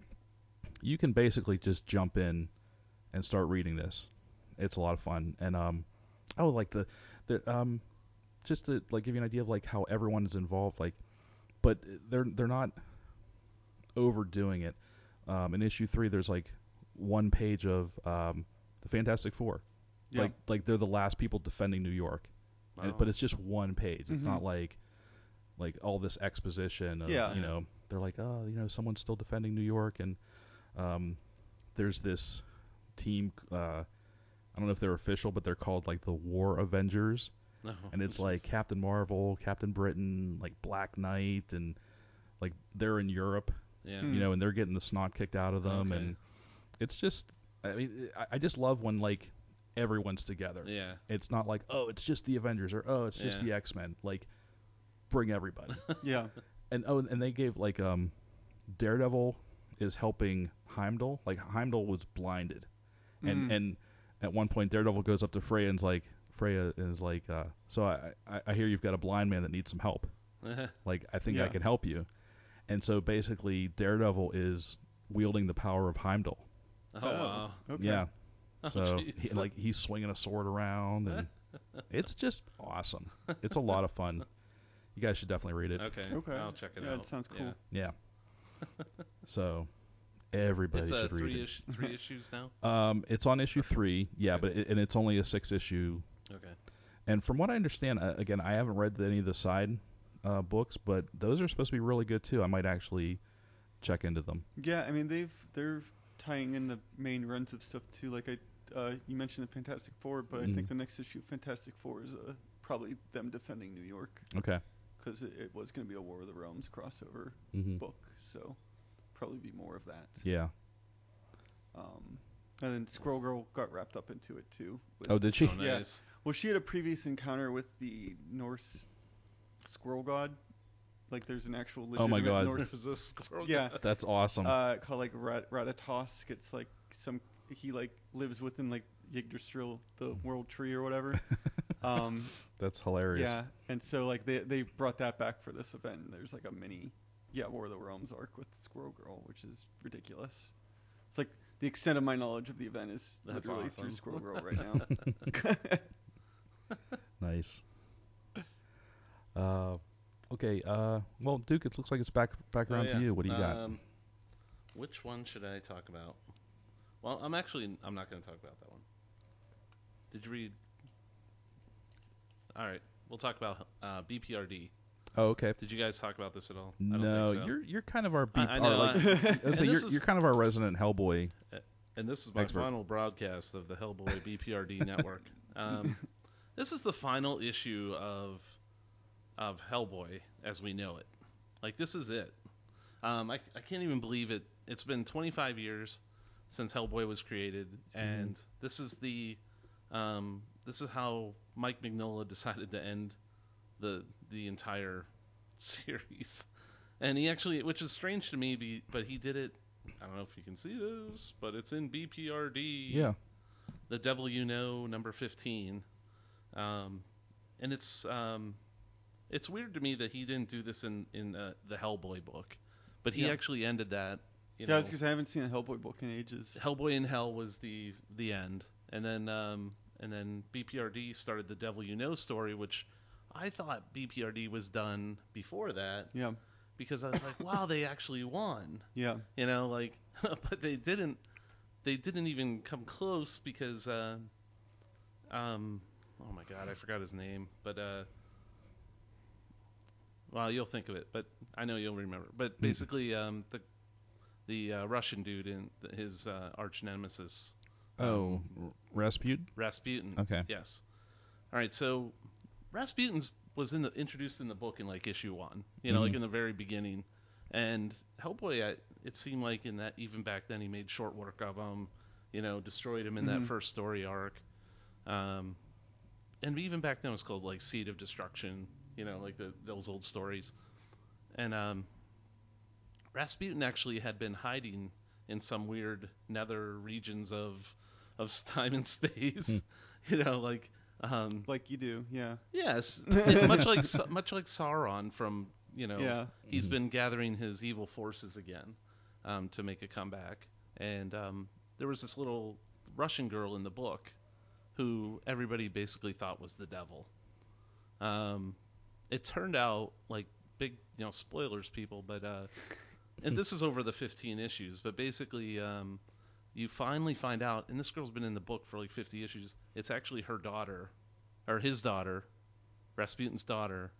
you can basically just jump in and start reading this. It's a lot of fun, and um, oh, like the the um, just to like give you an idea of like how everyone is involved, like, but they're they're not overdoing it. Um, in issue three, there's like one page of um, the Fantastic Four,
Yeah.
like like they're the last people defending New York, and-
Wow.
but it's just one page. It's
Mhm.
not like like all this exposition of
Yeah.
you know they're like oh you know someone's still defending New York and um, there's this team uh, I don't know if they're official but they're called like the War Avengers
No.
and it's like Captain Marvel, Captain Britain, like Black Knight and like they're in Europe
yeah.
Hmm.
you know, and they're getting the snot kicked out of them,
Mm. Okay.
and it's just, I mean, I, I just love when like everyone's together.
Yeah.
It's not like oh, it's just the Avengers or oh, it's just
Yeah.
the X Men. Like, bring everybody.
yeah.
and oh, and they gave like um, Daredevil is helping Heimdall. Like Heimdall was blinded, and
Mm.
and at one point Daredevil goes up to Freya and's like Freya is like, uh, so I, I I hear you've got a blind man that needs some help
Oh,
like i think i
Yeah.
can help you and so basically daredevil is wielding the power of heimdall
Uh,
oh wow.
Okay.
um, yeah
Oh,
so
jeez.
he, like he's swinging a sword around and it's just awesome it's a lot of fun you guys should definitely read it
Okay.
Okay.
I'll check it
Yeah,
out.
it sounds cool.
Yeah.
yeah so everybody
It's uh,
should read
three,
it
ish- three issues now.
um, it's on issue three yeah
Okay.
but it, and it's only a six issue
Okay.
and from what i understand uh, again i haven't read any of the side uh, books but those are supposed to be really good too i might actually check into them
Yeah, I mean they've they're tying in the main runs of stuff too. Like I, uh, you mentioned the Fantastic Four, but I
Mhm.
think the next issue, of Fantastic Four, is uh, probably them defending New York
okay
because it, it was going to be a War of the Realms crossover
hmm
book, so probably be more of that.
Yeah.
Um, and then Squirrel Girl got wrapped up into it too. With,
Oh, did she?
Oh,
Yeah.
nice.
Well, she had a previous encounter with the Norse squirrel god, like there's an actual legitimate
Oh my God. Um,
Norse.
There's a squirrel.
Yeah,
That's awesome.
uh, called like Rat- Ratatosk. It's like some he like lives within like Yggdrasil, the
Hmm.
world tree or whatever. Um,
That's hilarious.
yeah, and so like they they brought that back for this event. and There's like a mini, yeah, War of the Realms arc with Squirrel Girl, which is ridiculous. It's like the extent of my knowledge of the event is
That's
literally
awesome.
through Squirrel Girl right now.
Nice. Uh, okay. Uh, well, Duke, it looks like it's back back
Oh,
around
yeah.
to you. What do you got?
Um, which one should I talk about? Well, I'm actually I'm not going to talk about that one. Did you read? All right, we'll talk about uh, BPRD.
Oh, okay.
Did you guys talk about this at all? I don't
No,
think so.
you're you're kind of our.
I-
beep-
I
our,
know,
like, I would say
and
you're,
this is-
you're kind of our resident Hellboy.
and this is my
Expert.
final broadcast of the Hellboy BPRD network. Um, this is the final issue of of Hellboy as we know it. Like this is it. Um, I I can't even believe it. It's been 25 years since Hellboy was created,
Mm-hmm.
and this is the um, this is how Mike Mignola decided to end the the entire series. And he actually, which is strange to me, be, but he did it. I don't know if you can see this, but it's in BPRD.
Yeah. Um,
The Devil You Know, number 15. Um, and it's um, it's weird to me that he didn't do this in in uh, the Hellboy book, but he
Yeah.
actually ended that. You
yeah,
know,
because I haven't seen a Hellboy book in ages.
Hellboy in Hell was the the end, and then um, and then BPRD started the Devil You Know story, which I thought BPRD was done before that
Yeah,
because I was like, wow, they actually won,
yeah,
you know, like, but they didn't. They didn't even come close because, uh, um, oh my God, I forgot his name, but uh, well, you'll think of it, but I know you'll remember. But basically, um, the the uh, Russian dude and th- his uh, arch nemesis
Oh, R- Rasputin.
Rasputin.
Okay.
Yes. All right. So Rasputin's was in the introduced in the book in like issue one. You know, like
Mhm.
in the very beginning, and Hellboy. I, it seemed like in that even back then he made short work of him. You know, destroyed him in
Mhm.
that first story arc. Um, and even back then it was called like Seed of Destruction. You know, like the, those old stories. And um, Rasputin actually had been hiding in some weird nether regions of of time and space. you know, like um,
like you do. Yeah,
yes, yeah, much like Sa- much like Sauron from you know
yeah,
he's
Mhm.
been gathering his evil forces again um, to make a comeback. And um, there was this little Russian girl in the book who everybody basically thought was the devil. Um, it turned out like big, you know, spoilers, people, but uh, and this is over the 15 issues, but basically. Um, you finally find out, and this girl's been in the book for like 50 issues. It's actually her daughter, or his daughter, Rasputin's daughter,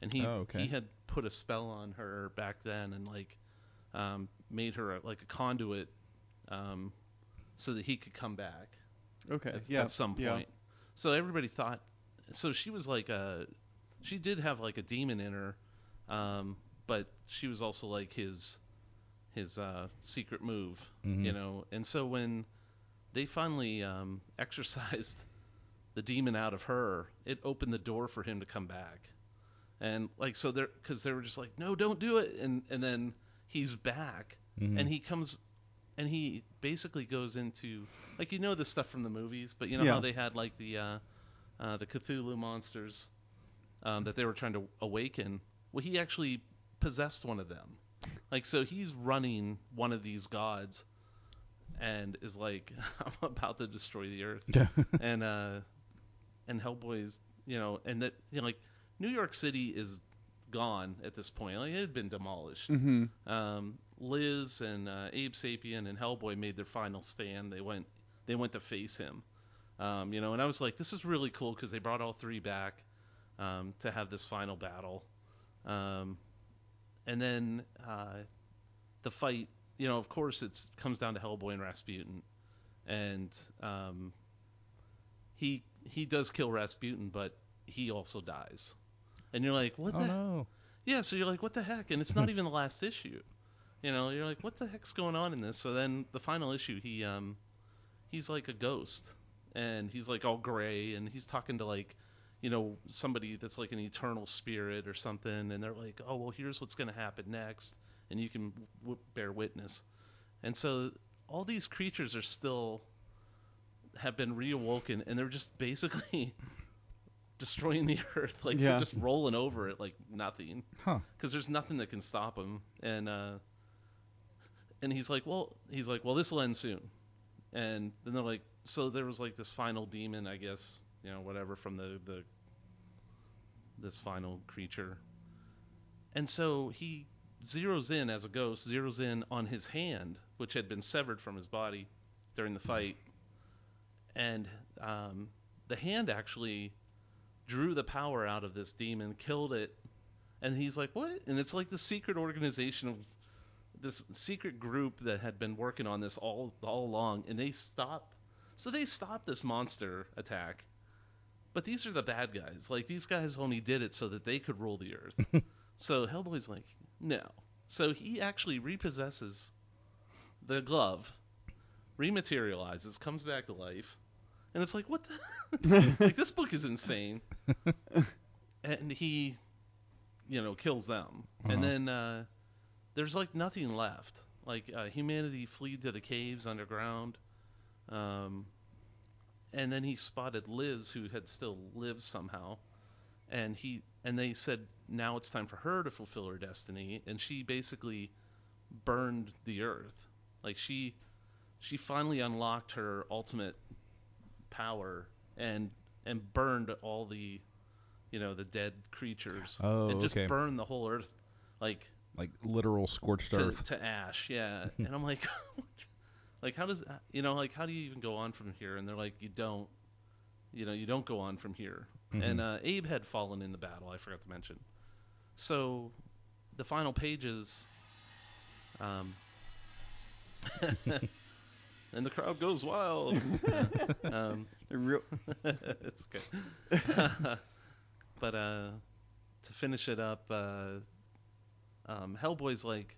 and he
Oh, okay.
he had put a spell on her back then, and like um, made her like a conduit, um, so that he could come back
okay,
at,
yeah,
at some point.
yeah.
So everybody thought. So she was like a, she did have like a demon in her, um, but she was also like his, his uh, secret move, you
Mm-hmm.
Mhm.
know. And so when they finally um, exorcised the demon out of her, it opened the door for him to come back. And like so, they're because they were just like, no, don't do it. And and then he's back,
Mm-hmm.
Mhm.
and he comes and he basically goes into like you know the stuff from the movies but you know
Yeah.
how they had like the uh, uh, the cthulhu monsters um, that they were trying to awaken well he actually possessed one of them like so he's running one of these gods and is like i'm about to destroy the earth and uh and Hellboy's you know and that you know like New York City is gone at this point like it had been demolished
Mm-hmm.
um, Liz and uh, Abe Sapien and Hellboy made their final stand. They went they went to face him, um, you know. And I was like, this is really cool because they brought all three back um, to have this final battle, um, and then uh, the fight. You know, of course, it's comes down to Hellboy and Rasputin, and um, he he does kill Rasputin, but he also dies. And you're like, what
oh
the
no.
yeah, so you're like, what the heck? And it's not even the last issue. You know, you're like, what the heck's going on in this? So then the final issue, he um he's like a ghost and he's like all gray and he's talking to like you know somebody that's like an eternal spirit or something, and they're like, oh well, here's what's going to happen next, and you can w- bear witness. And so all these creatures are still have been reawoken, and they're just basically destroying the earth. Like
Yeah.
they're just rolling over it like nothing
Huh.
because there's nothing that can stop him. And uh, and he's like, well, he's like, well, this will end soon. And then they're like, so there was like this final demon, I guess, you know, whatever from the the this final creature. And so he zeroes in as a ghost, zeroes in on his hand, which had been severed from his body during the fight. And um, the hand actually drew the power out of this demon, killed it, and he's like, "What?" And it's like the secret organization of this secret group that had been working on this all all along, and they stop. So they stop this monster attack, but these are the bad guys. Like these guys only did it so that they could rule the earth. so Hellboy's like, "No." So he actually repossesses the glove, rematerializes, comes back to life, and it's like, "What the?" like this book is insane. and he you know kills them
Uh-huh.
and then uh, there's like nothing left like uh, humanity fled to the caves underground um, and then he spotted liz who had still lived somehow and he and they said now it's time for her to fulfill her destiny and she basically burned the earth like she she finally unlocked her ultimate power and and burned all the you know the dead creatures
Oh,
and just
okay.
burned the whole earth like
Like literal scorched
to,
earth.
to ash yeah and i'm like like how does you know like how do you even go on from here and they're like you don't you know you don't go on from here and uh, abe had fallen in the battle i forgot to mention so the final pages um and the crowd goes wild um
They're real.
it's okay. but uh, to finish it up, uh, um, Hellboy's like,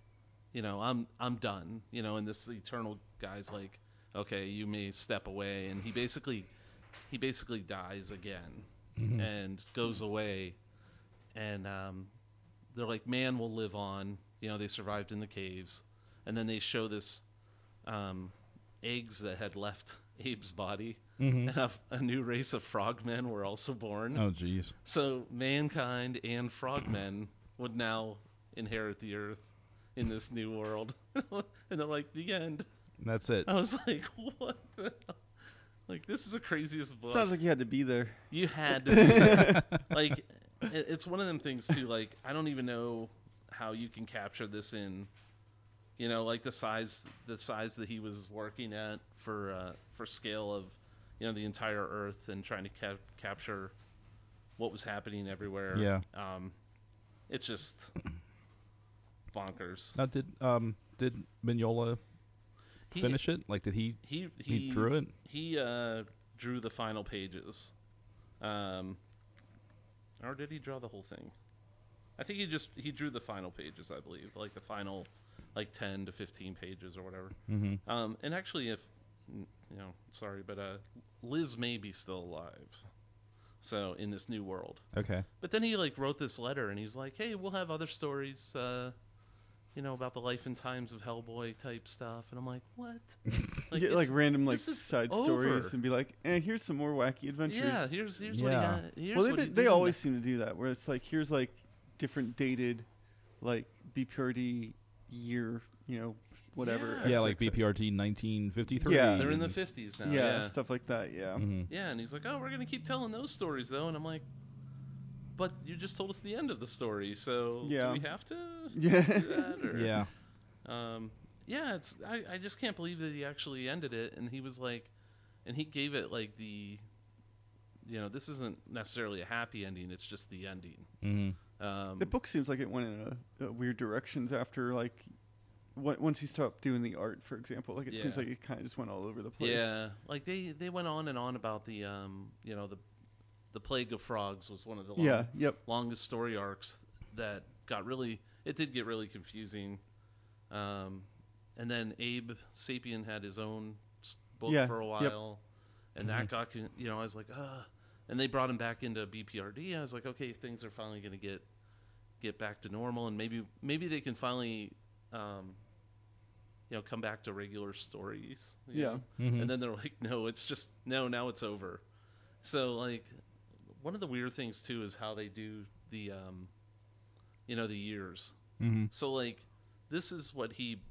you know, I'm I'm done. You know, and this Eternal guy's like, okay, you may step away, and he basically he basically dies again
Mhm.
and goes away, and um, they're like, man will live on. You know, they survived in the caves, and then they show this um, eggs that had left Abe's body
Mhm.
and a, a new race of frogmen were also born.
Oh, jeez.
So mankind and frogmen would now inherit the earth in this new world. and they're like, the end.
That's it.
I was like, what the hell? Like, this is the craziest book.
Sounds like you had to be there.
you had to. be there. like, it, it's one of them things, too. Like, I don't even know how you can capture this in. You know, like the size, the size that he was working at for uh, for scale of, you know, the entire Earth and trying to cap- capture what was happening everywhere.
Yeah.
Um, it's just bonkers.
Now, did um did Mignola
He-
finish it? Like, did he
He
he,
he,
drew it?
He uh, drew the final pages. Um, or did he draw the whole thing? I think he just he drew the final pages, I believe, like the final like 10 to 15 pages or whatever.
Mm-hmm.
Um, and actually if n- you know, sorry, but uh, Liz may be still alive. So in this new world.
Okay.
But then he like wrote this letter and he's like, "Hey, we'll have other stories uh you know about the life and times of Hellboy type stuff." And I'm like, "What?"
Like,
it's-
like random like
this is
side
over.
stories and be like, eh, here's some more wacky adventures.
Yeah, here's here's
Yeah.
what he got. Here's
well, they,
what
they,
he
they
did in
always seem to do that, where it's like here's like different dated, like BPRD year, you know, whatever.
Yeah,
Yeah, like
XXX.
BPRT 1953.
the-
Yeah.
They're in the 50s now.
Yeah,
Yeah.
stuff like that. Yeah.
hmm
Yeah, and he's like, "Oh, we're going to keep telling those stories though." And I'm like, "But you just told us the end of the story, so
Yeah.
do we have to
Yeah.
do that?" Or,
Yeah.
Um, yeah, it's I, I just can't believe that he actually ended it, and he was like, and he gave it like the, you know, this isn't necessarily a happy ending. It's just the ending.
hmm
Um,
The book seems like it went in a, a weird directions after like, on- once you stop doing the art, for example, like it seems
Yeah.
like it kind of just went all over the place.
Yeah, like they they went on and on about the um, you know, the the plague of frogs was one of the long,
Yeah. Yep.
longest story arcs that got really it did get really confusing um, and then abe sapien had his own s- book
Yeah,
for a
yep.
while and
Mhm.
that got con- you know i was like uh and they brought him back into BPRD. I was like, okay, things are finally going to get get back to normal, and maybe maybe they can finally, um, you know, come back to regular stories. you
Yeah.
know?
Mhm.
And then they're like, no, it's just no, now it's over. So like, one of the weird things too is how they do the, um, you know, the years.
Mhm.
So like, this is what he.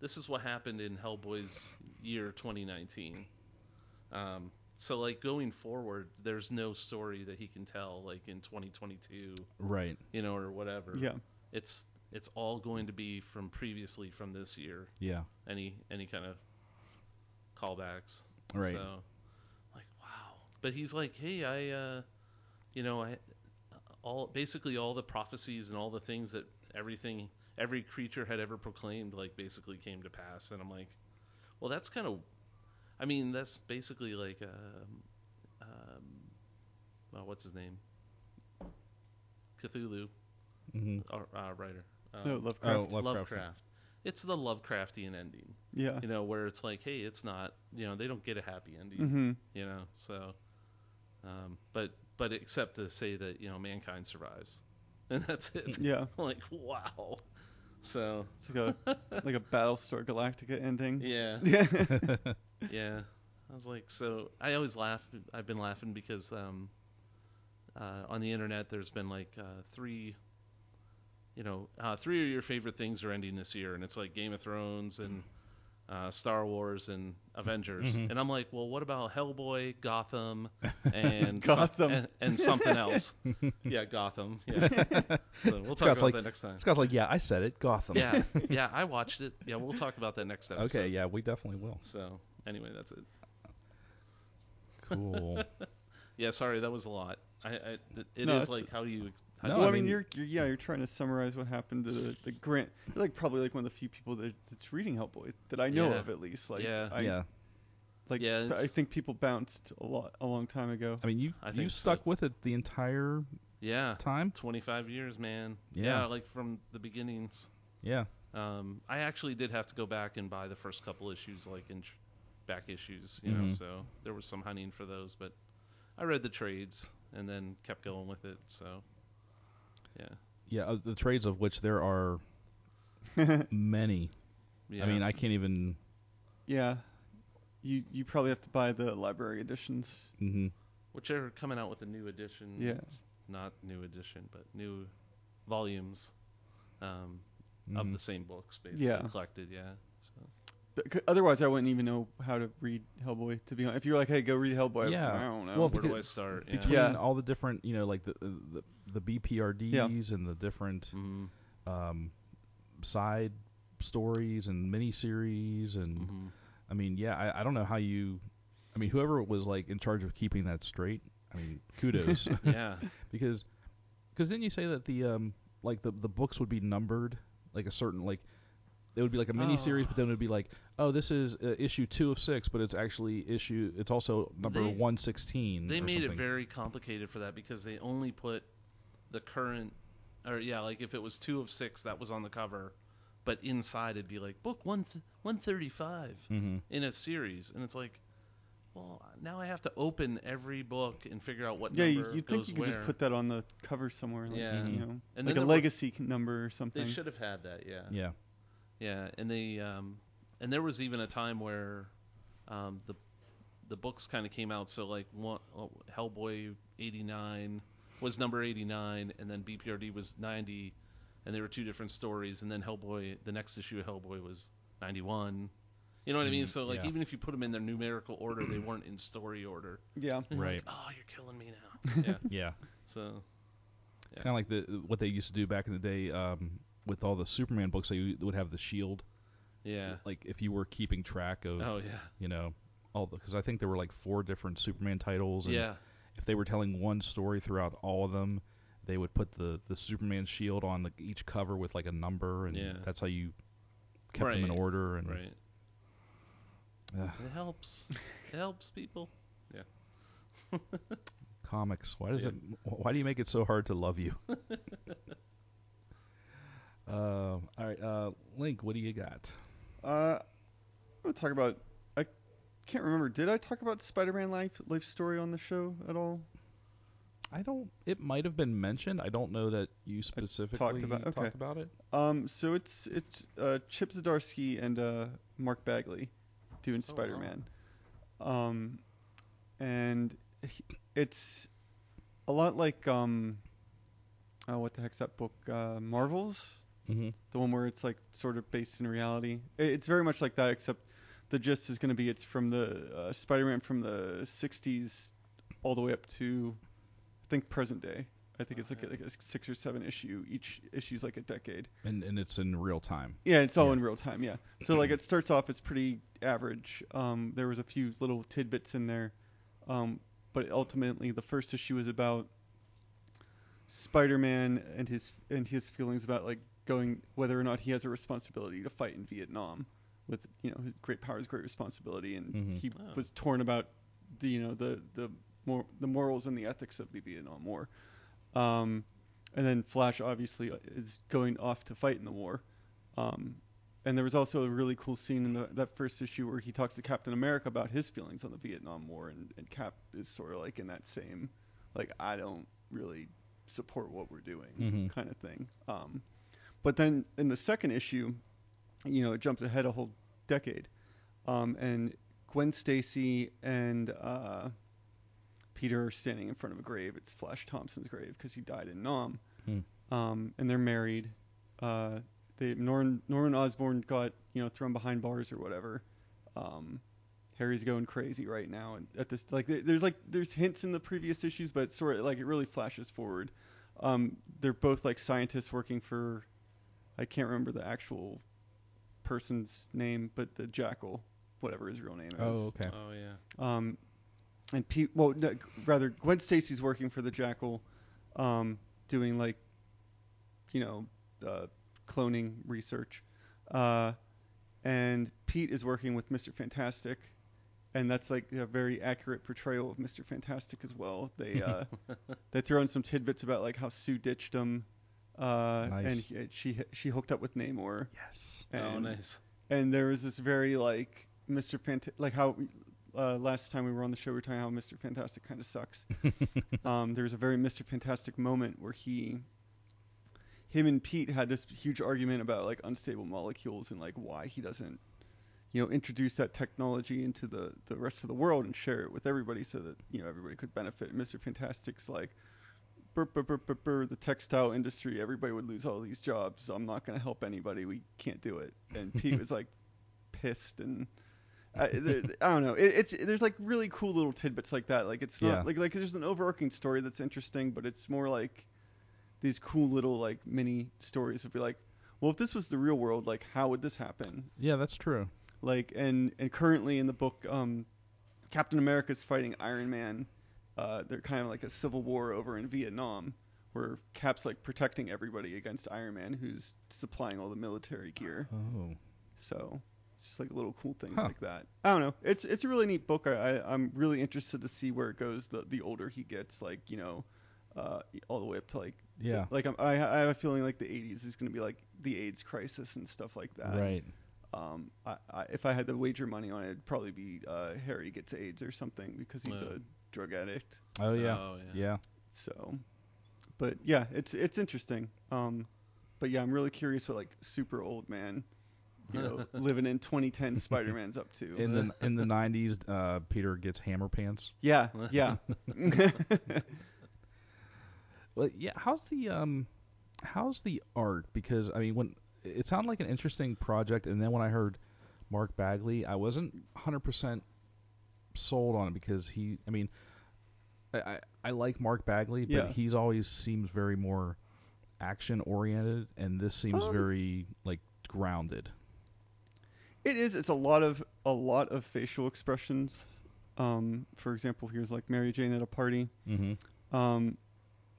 This is what happened in Hellboy's year 2019. Um, so like going forward, there's no story that he can tell like in 2022,
Right.
you know, or whatever.
Yeah.
It's it's all going to be from previously from this year.
Yeah.
Any any kind of callbacks.
Right.
So like wow. But he's like, hey, I, uh, you know, I all basically all the prophecies and all the things that everything every creature had ever proclaimed like basically came to pass and i'm like well that's kind of i mean that's basically like um, um well, what's his name cthulhu
hmm
uh, uh, writer um,
No, Lovecraft.
Oh, Lovecraft.
lovecraft it's the lovecraftian ending
yeah.
you know where it's like hey it's not you know they don't get a happy ending
Mm-hmm.
you know so um, but but except to say that you know mankind survives and that's it
Yeah.
like wow so
It's like a like a Battlestar Galactica ending.
yeah
Yeah.
yeah i was like so i always laugh i've been laughing because um uh, on the internet there's been like uh, three you know uh, three of your favorite things are ending this year and it's like game of thrones and
Mm-hmm.
uh, star wars and avengers
Mhm.
and i'm like well what about hellboy gotham and some-
Gotham.
and, and something else yeah gotham yeah so we'll talk
Scott's
about
like-
that next time
Scott's like, yeah, I said it. Gotham.
yeah yeah i watched it yeah we'll talk about that next episode
okay. Yeah, we definitely will.
so anyway that's it
Cool.
Yeah, sorry, that was a lot. I, I it it
No,
is
it's-
like how you. How
No,
well,
I
I mean,
mean-
you're, you're yeah, you're trying to summarize what happened to the, the Grant. You're like probably like one of the few people that, that's reading Hellboy that I know
Yeah.
of at least. Like,
Yeah.
I,
yeah.
Like,
Yeah,
but I
it's-
think people bounced a lot a long time ago.
I mean, you
I
you
think so.
stuck with it the entire
yeah,
time.
25 years, man.
Yeah.
like from the beginnings.
Yeah.
Um, I actually did have to go back and buy the first couple issues, like in tr- back issues, you know.
Mhm.
So there was some hunting for those, but I read the trades and then kept going with it. So yeah,
Yeah. Of the trades of which there are many.
yeah.
I mean, I can't even.
yeah, you you probably have to buy the library editions.
mhm.
which are coming out with a new edition.
Yeah.
Not new edition, but new volumes um, of
Mhm.
the same books, basically
Yeah.
collected. Yeah. So.
But c- Otherwise, I wouldn't even know how to read Hellboy. To be honest, if you're like, hey, go read Hellboy,
Yeah.
I don't know.
Well,
Where do I
because-
start? Yeah.
between
Yeah.
all the different, you know, like the uh, the, the BPRDs and the different
Mhm,
um, side stories and miniseries and
mhm.
I mean, yeah, I, I don't know how you. I mean, whoever was like in charge of keeping that straight, I mean, kudos
Yeah.
because because didn't you say that the um like the the books would be numbered like a certain like it would be like a mini series,
Oh.
but then it would be like oh this is uh, issue two of six, but it's actually issue it's also number
They-
one sixteen.
They
or
made it
something.
very complicated for that because they only put the current, or yeah, like if it was two of six, that was on the cover, but inside it'd be like book one th- one thirty five
Mhm.
in a series, and it's like, well, now I have to open every book and figure out what
yeah, you,
number
you'd think
goes
you could
where.
just put that on the cover somewhere. Like,
Yeah.
you know,
and
like
then
a
there were-
legacy c- number or something.
They should have had that. Yeah.
yeah.
Yeah, and they um, and there was even a time where um, the the books kind of came out. So like one, oh, Hellboy '89 was number 89, and then BPRD was 90, and there were two different stories. And then Hellboy, the next issue of Hellboy was 91. You know what I mean?
Mm,
So like
yeah.
even if you put them in their numerical order, they weren't in story order.
Yeah.
And you're like,
Mm-hmm. Right.
oh, you're killing me now. yeah.
Yeah.
So Yeah.
Kind of like the what they used to do back in the day um, with all the Superman books. They would have the shield.
yeah.
Like if you were keeping track of,
Oh yeah.
you know, all the because I think there were like four different Superman titles. And
Yeah.
If they were telling one story throughout all of them, they would put the the Superman shield on like each cover with like a number, and
Yeah.
that's how you kept them in
Right.
order. And
Right.
Ugh.
It helps. It helps people.
comics. Why does
Yeah.
it? Why do you make it so hard to love you? Um all right, uh, Link. What do you got?
Uh, I'm gonna talk about. I can't remember. Did I talk about Spider-Man life life story on the show at all?
I don't. It might have been mentioned. I don't know that you specifically
about- okay.
talked about it.
Um, so it's it's uh, Chip Zdarsky and uh, Mark Bagley doing
wow.
Spider-Man, um, and he- it's a lot like um, oh, what the heck's that book? Uh, Marvels,
Mm-hmm.
the one where it's like sort of based in reality. I- It's very much like that, except the gist is going to be it's from the uh, Spider-Man from the '60s all the way up to I think present day. I think it's like a, like a six or seven issue. Each issue's like a decade.
And and it's in real time.
Yeah, it's all
Yeah.
in real time. Yeah. So like it starts off as pretty average. Um, there was a few little tidbits in there, um, but ultimately the first issue was about Spider-Man and his and his feelings about like going whether or not he has a responsibility to fight in Vietnam with you know his great power is great responsibility and
Mhm.
he
Oh.
was torn about the you know the the more the morals and the ethics of the Vietnam War. Um, and then Flash obviously uh, is going off to fight in the war. Um, and there was also a really cool scene in the, that first issue where he talks to Captain America about his feelings on the Vietnam War, and, and Cap is sort of like in that same, like I don't really support what we're doing
Mhm.
kind of thing. Um, but then in the second issue, you know, it jumps ahead a whole decade, um, and Gwen Stacy and uh, Peter are standing in front of a grave. It's Flash Thompson's grave because he died in Nam,
Hmm.
um, and they're married. Uh, they Norman Norman Osborn got you know thrown behind bars or whatever. Um, Harry's going crazy right now, and at this like there- there's like there's hints in the previous issues, but it's sort of like it really flashes forward. Um, they're both like scientists working for, I can't remember the actual person's name, but the jackal, whatever his real name is.
Oh, okay.
Oh yeah.
Um, and Pete, well, no, g- rather, Gwen Stacy's working for the Jackal, um, doing like, you know, uh, cloning research, uh, and Pete is working with Mister Fantastic, and that's like a very accurate portrayal of Mister Fantastic as well. They uh, they throw in some tidbits about like how Sue ditched him, uh, and
Nice.
he, she she hooked up with Namor,
Yes.
oh
and
nice.
and there was this very like Mr. Fant like how uh, last time we were on the show we were talking how Mr. Fantastic kind of sucks. um, there was a very Mr. Fantastic moment where he, him and Pete had this huge argument about like unstable molecules and like why he doesn't, you know, introduce that technology into the the rest of the world and share it with everybody so that you know everybody could benefit. And Mr. Fantastic's like. Burr, burr, burr, burr, burr, the textile industry, everybody would lose all these jobs. I'm not going to help anybody. We can't do it. And Pete was like pissed and I, th- I don't know. It, it's there's like really cool little tidbits like that. Like it's not
Yeah.
like like there's an overarching story that's interesting, but it's more like these cool little like mini stories would be like, well, if this was the real world, like how would this happen?
Yeah, that's true.
like and and currently in the book um captain america's fighting iron man uh they're kind of like a civil war over in vietnam where cap's like protecting everybody against iron man who's supplying all the military gear
Oh.
so it's just like little cool things
Huh.
like that i don't know it's it's a really neat book I, I i'm really interested to see where it goes the the older he gets like you know uh all the way up to like
Yeah.
like I'm, I, I have a feeling like the 80s is going to be like the aids crisis and stuff like that
right.
um, I, I, if I had to wager money on it, it'd probably be uh, Harry gets AIDS or something because he's
Yeah.
a drug addict.
Oh yeah.
Oh yeah.
yeah.
So, but yeah, it's it's interesting. Um, but yeah, I'm really curious what like super old man, you know, living in 2010 Spider-Man's up to.
In the in the 90s, uh, Peter gets hammer pants.
yeah, yeah.
Well, yeah. How's the um, how's the art? Because I mean, when it sounded like an interesting project, and then when I heard Mark Bagley, I wasn't 100% sold on it because he. I mean, I I, I like Mark Bagley, but
Yeah.
he's always seems very more action oriented, and this seems
Um,
very like grounded.
It is. It's a lot of a lot of facial expressions. Um, for example, here's like Mary Jane at a party.
Mm-hmm.
Um,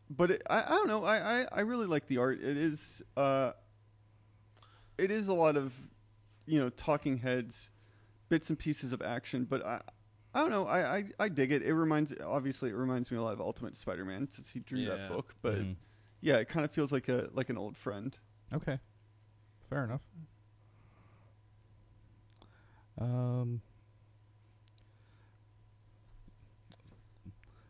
but it, I, I don't know. I, I, I really like the art. It is uh, it is a lot of you know talking heads, bits and pieces of action. But I I don't know. I, I, I dig it. It reminds obviously it reminds me a lot of Ultimate Spider-Man since he drew
Yeah.
that book. But
Mm-hmm.
yeah, it kind of feels like a like an old friend.
Okay. Fair enough. Um,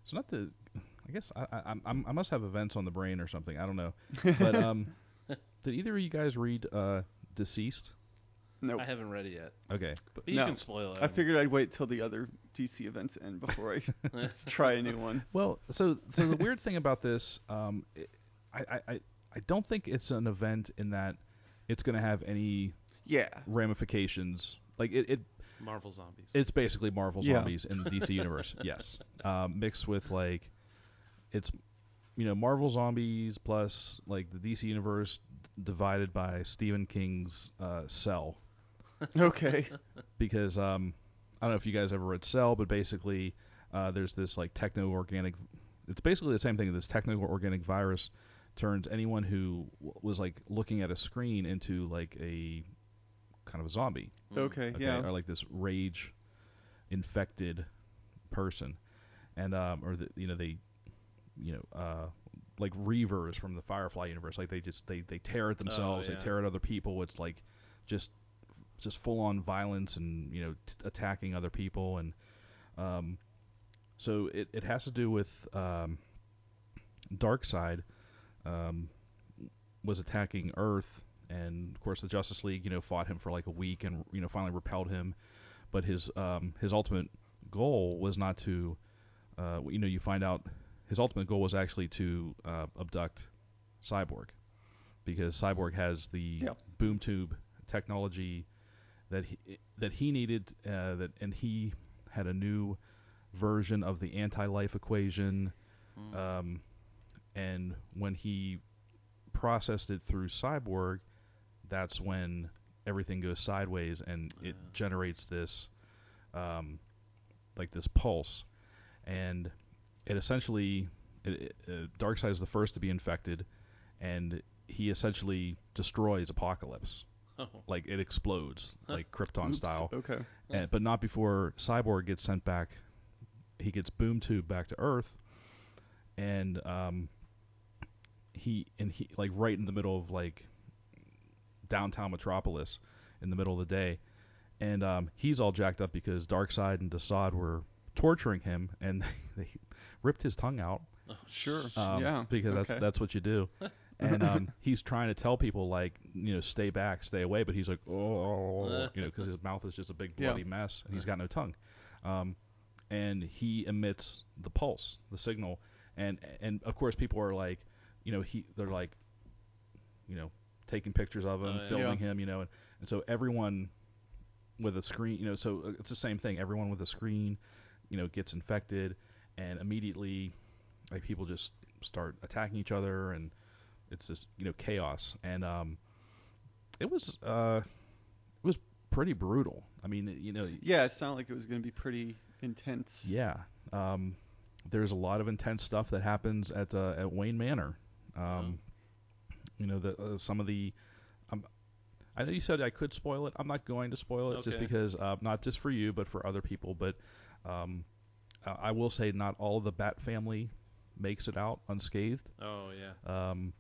So not to, I guess I I, I'm- I'm, I must have events on the brain or something. I don't know. But um, did either of you guys read uh, Deceased?
nope.
I haven't read it yet,
Okay.
but you
No.
can spoil it.
I
mean,
figured I'd wait till the other DC events end before I
that's-
try a new one.
Well, so so the weird thing about this, um, it, I, I I I don't think it's an event in that it's going to have any
Yeah.
ramifications. Like it, it
Marvel Zombies.
it's basically Marvel
Yeah.
zombies in the DC universe. yes, um, mixed with like it's you know Marvel zombies plus like the DC universe divided by Stephen King's uh, Cell
Okay.
because um, I don't know if you guys ever read Cell, but basically uh, there's this like techno organic. It's basically the same thing. This techno organic virus turns anyone who w- was like looking at a screen into like a kind of a zombie,
Mm.
Okay.
okay,
Yeah.
or like this rage infected person, and um, or the, you know they, you know, uh, like Reavers from the Firefly universe, like they just they they tear at themselves,
yeah.
they tear at other people. It's like just just full on violence and you know t- attacking other people and um, so it, it has to do with um, dark side um, was attacking earth and of course the justice league you know fought him for like a week and you know finally repelled him but his um, his ultimate goal was not to uh, you know you find out his ultimate goal was actually to uh, abduct cyborg because cyborg has the
Yeah.
boom tube technology that he, that he needed uh, that and he had a new version of the anti-life equation
Mm.
um, and when he processed it through cyborg that's when everything goes sideways and it
Ah.
generates this um, like this pulse and it essentially it, it, uh, darkseid is the first to be infected and he essentially destroys apocalypse
Oh.
like it explodes like krypton
Oops,
style
Okay.
and, but not before Cyborg gets sent back. He gets Boom Tube back to Earth, and um, he and he like right in the middle of like downtown Metropolis in the middle of the day, and um, he's all jacked up because Darkseid and Desaad were torturing him, and they ripped his tongue out
Oh,
Sure.
um,
yeah.
because
okay.
that's that's what you do. And um, he's trying to tell people like you know stay back, stay away, but he's like oh you know because his mouth is just a big
Uh. Yeah.
bloody mess and he's got no tongue, um, and he emits the pulse, the signal, and and of course people are like you know he they're like you know taking pictures of him,
Oh, yeah.
filming him, you know, and, and so everyone with a screen, you know, so uh, it's the same thing. Everyone with a screen, you know, gets infected, and immediately like people just start attacking each other and it's just you know chaos and um it was uh it was pretty brutal i mean you know
Yeah, it sounded like it was going to be pretty intense.
yeah um there's a lot of intense stuff that happens at uh, at Wayne Manor um you know the uh, some of the um, I know you said I could spoil it. I'm not going to spoil it just
Okay.
because uh, not just for you but for other people but um I- I will say not all of the bat family makes it out unscathed
Oh yeah.
um,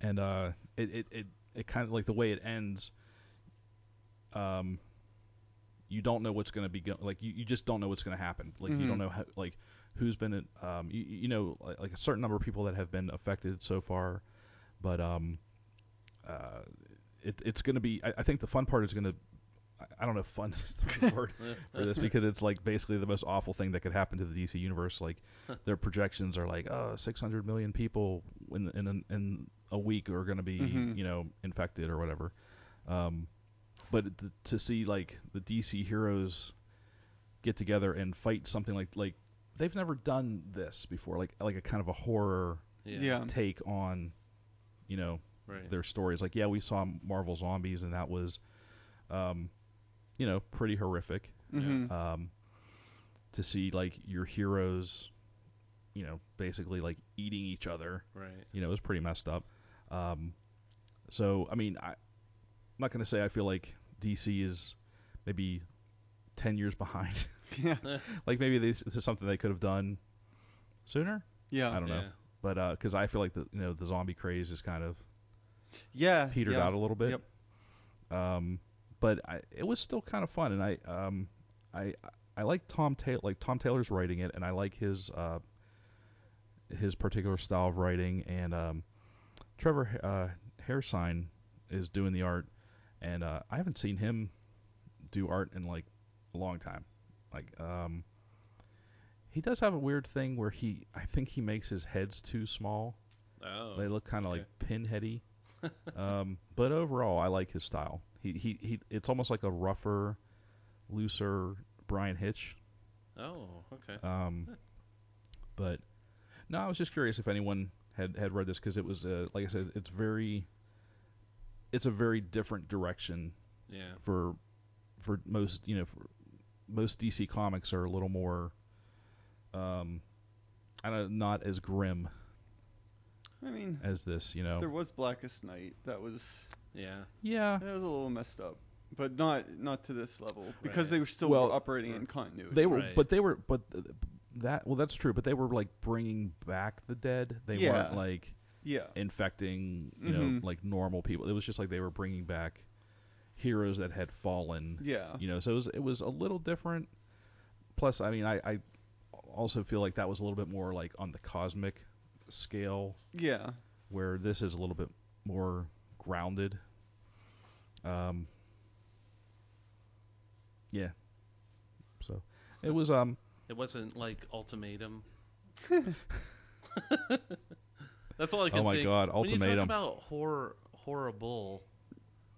and uh, it, it, it, it kind of like the way it ends um, you don't know what's going to be go- like you, you just don't know what's going to happen like you don't
Mhm.
know how, like who's been in- um, you, you know like, like a certain number of people that have been affected so far but um, uh, it, it's going to be I, I think the fun part is going to I don't know if fun is the right word for this because it's like basically the most awful thing that could happen to the DC universe. Like their projections are like, oh, 600 million people in in an- in a week are going to be
Mhm.
you know infected or whatever. Um, but th- to see like the DC heroes get together and fight something like like they've never done this before, like like a kind of a horror
yeah.
Yeah.
take on you know
Right.
their stories. Like, yeah, we saw Marvel Zombies, and that was, um, you know, pretty horrific.
hmm
Um, to see like your heroes, you know, basically like eating each other,
Right.
you know, it was pretty messed up. Um, so I mean, I, I'm not gonna say I feel like DC is maybe ten years behind.
Yeah.
like maybe this, this is something they could have done sooner.
Yeah.
I don't know,
Yeah.
but because I feel like the you know the zombie craze is kind of
Yeah.
petered
yeah.
out a little bit. Um, but I, it was still kind of fun, and I um, I I like Tom Taylor. Like Tom Taylor's writing it, and I like his uh, his particular style of writing. And um, Trevor Ha- uh, Hairsign is doing the art, and uh, I haven't seen him do art in like a long time. Like um, he does have a weird thing where he I think he makes his heads too small.
Oh.
They look kind of
okay.
like pinheady. um, but overall, I like his style. He, he he it's almost like a rougher, looser Brian Hitch.
oh, okay.
Um, but no, I was just curious if anyone had had read this because it was uh, like I said, it's very it's a very different direction
Yeah.
for for most you know for most DC comics are a little more um I don't not as grim
I mean,
as this, you know.
there was Blackest Night. That was
Yeah.
yeah.
that was a little messed up, but not not to this level because
Right.
they were still
Well,
operating in continuity.
They were,
Right.
but they were, but th- that well, that's true. But they were like bringing back the dead. They
Yeah.
weren't like
yeah.
infecting, you
Mhm.
know, like normal people. It was just like they were bringing back heroes that had fallen.
Yeah.
You know, so it was it was a little different. Plus, I mean, I, I also feel like that was a little bit more like on the cosmic scale,
Yeah.
where this is a little bit more grounded. Um. Yeah. So it was um
It wasn't like ultimatum. That's all I can
Oh my
think.
god,
When you talk
ultimatum.
about horror, horrible,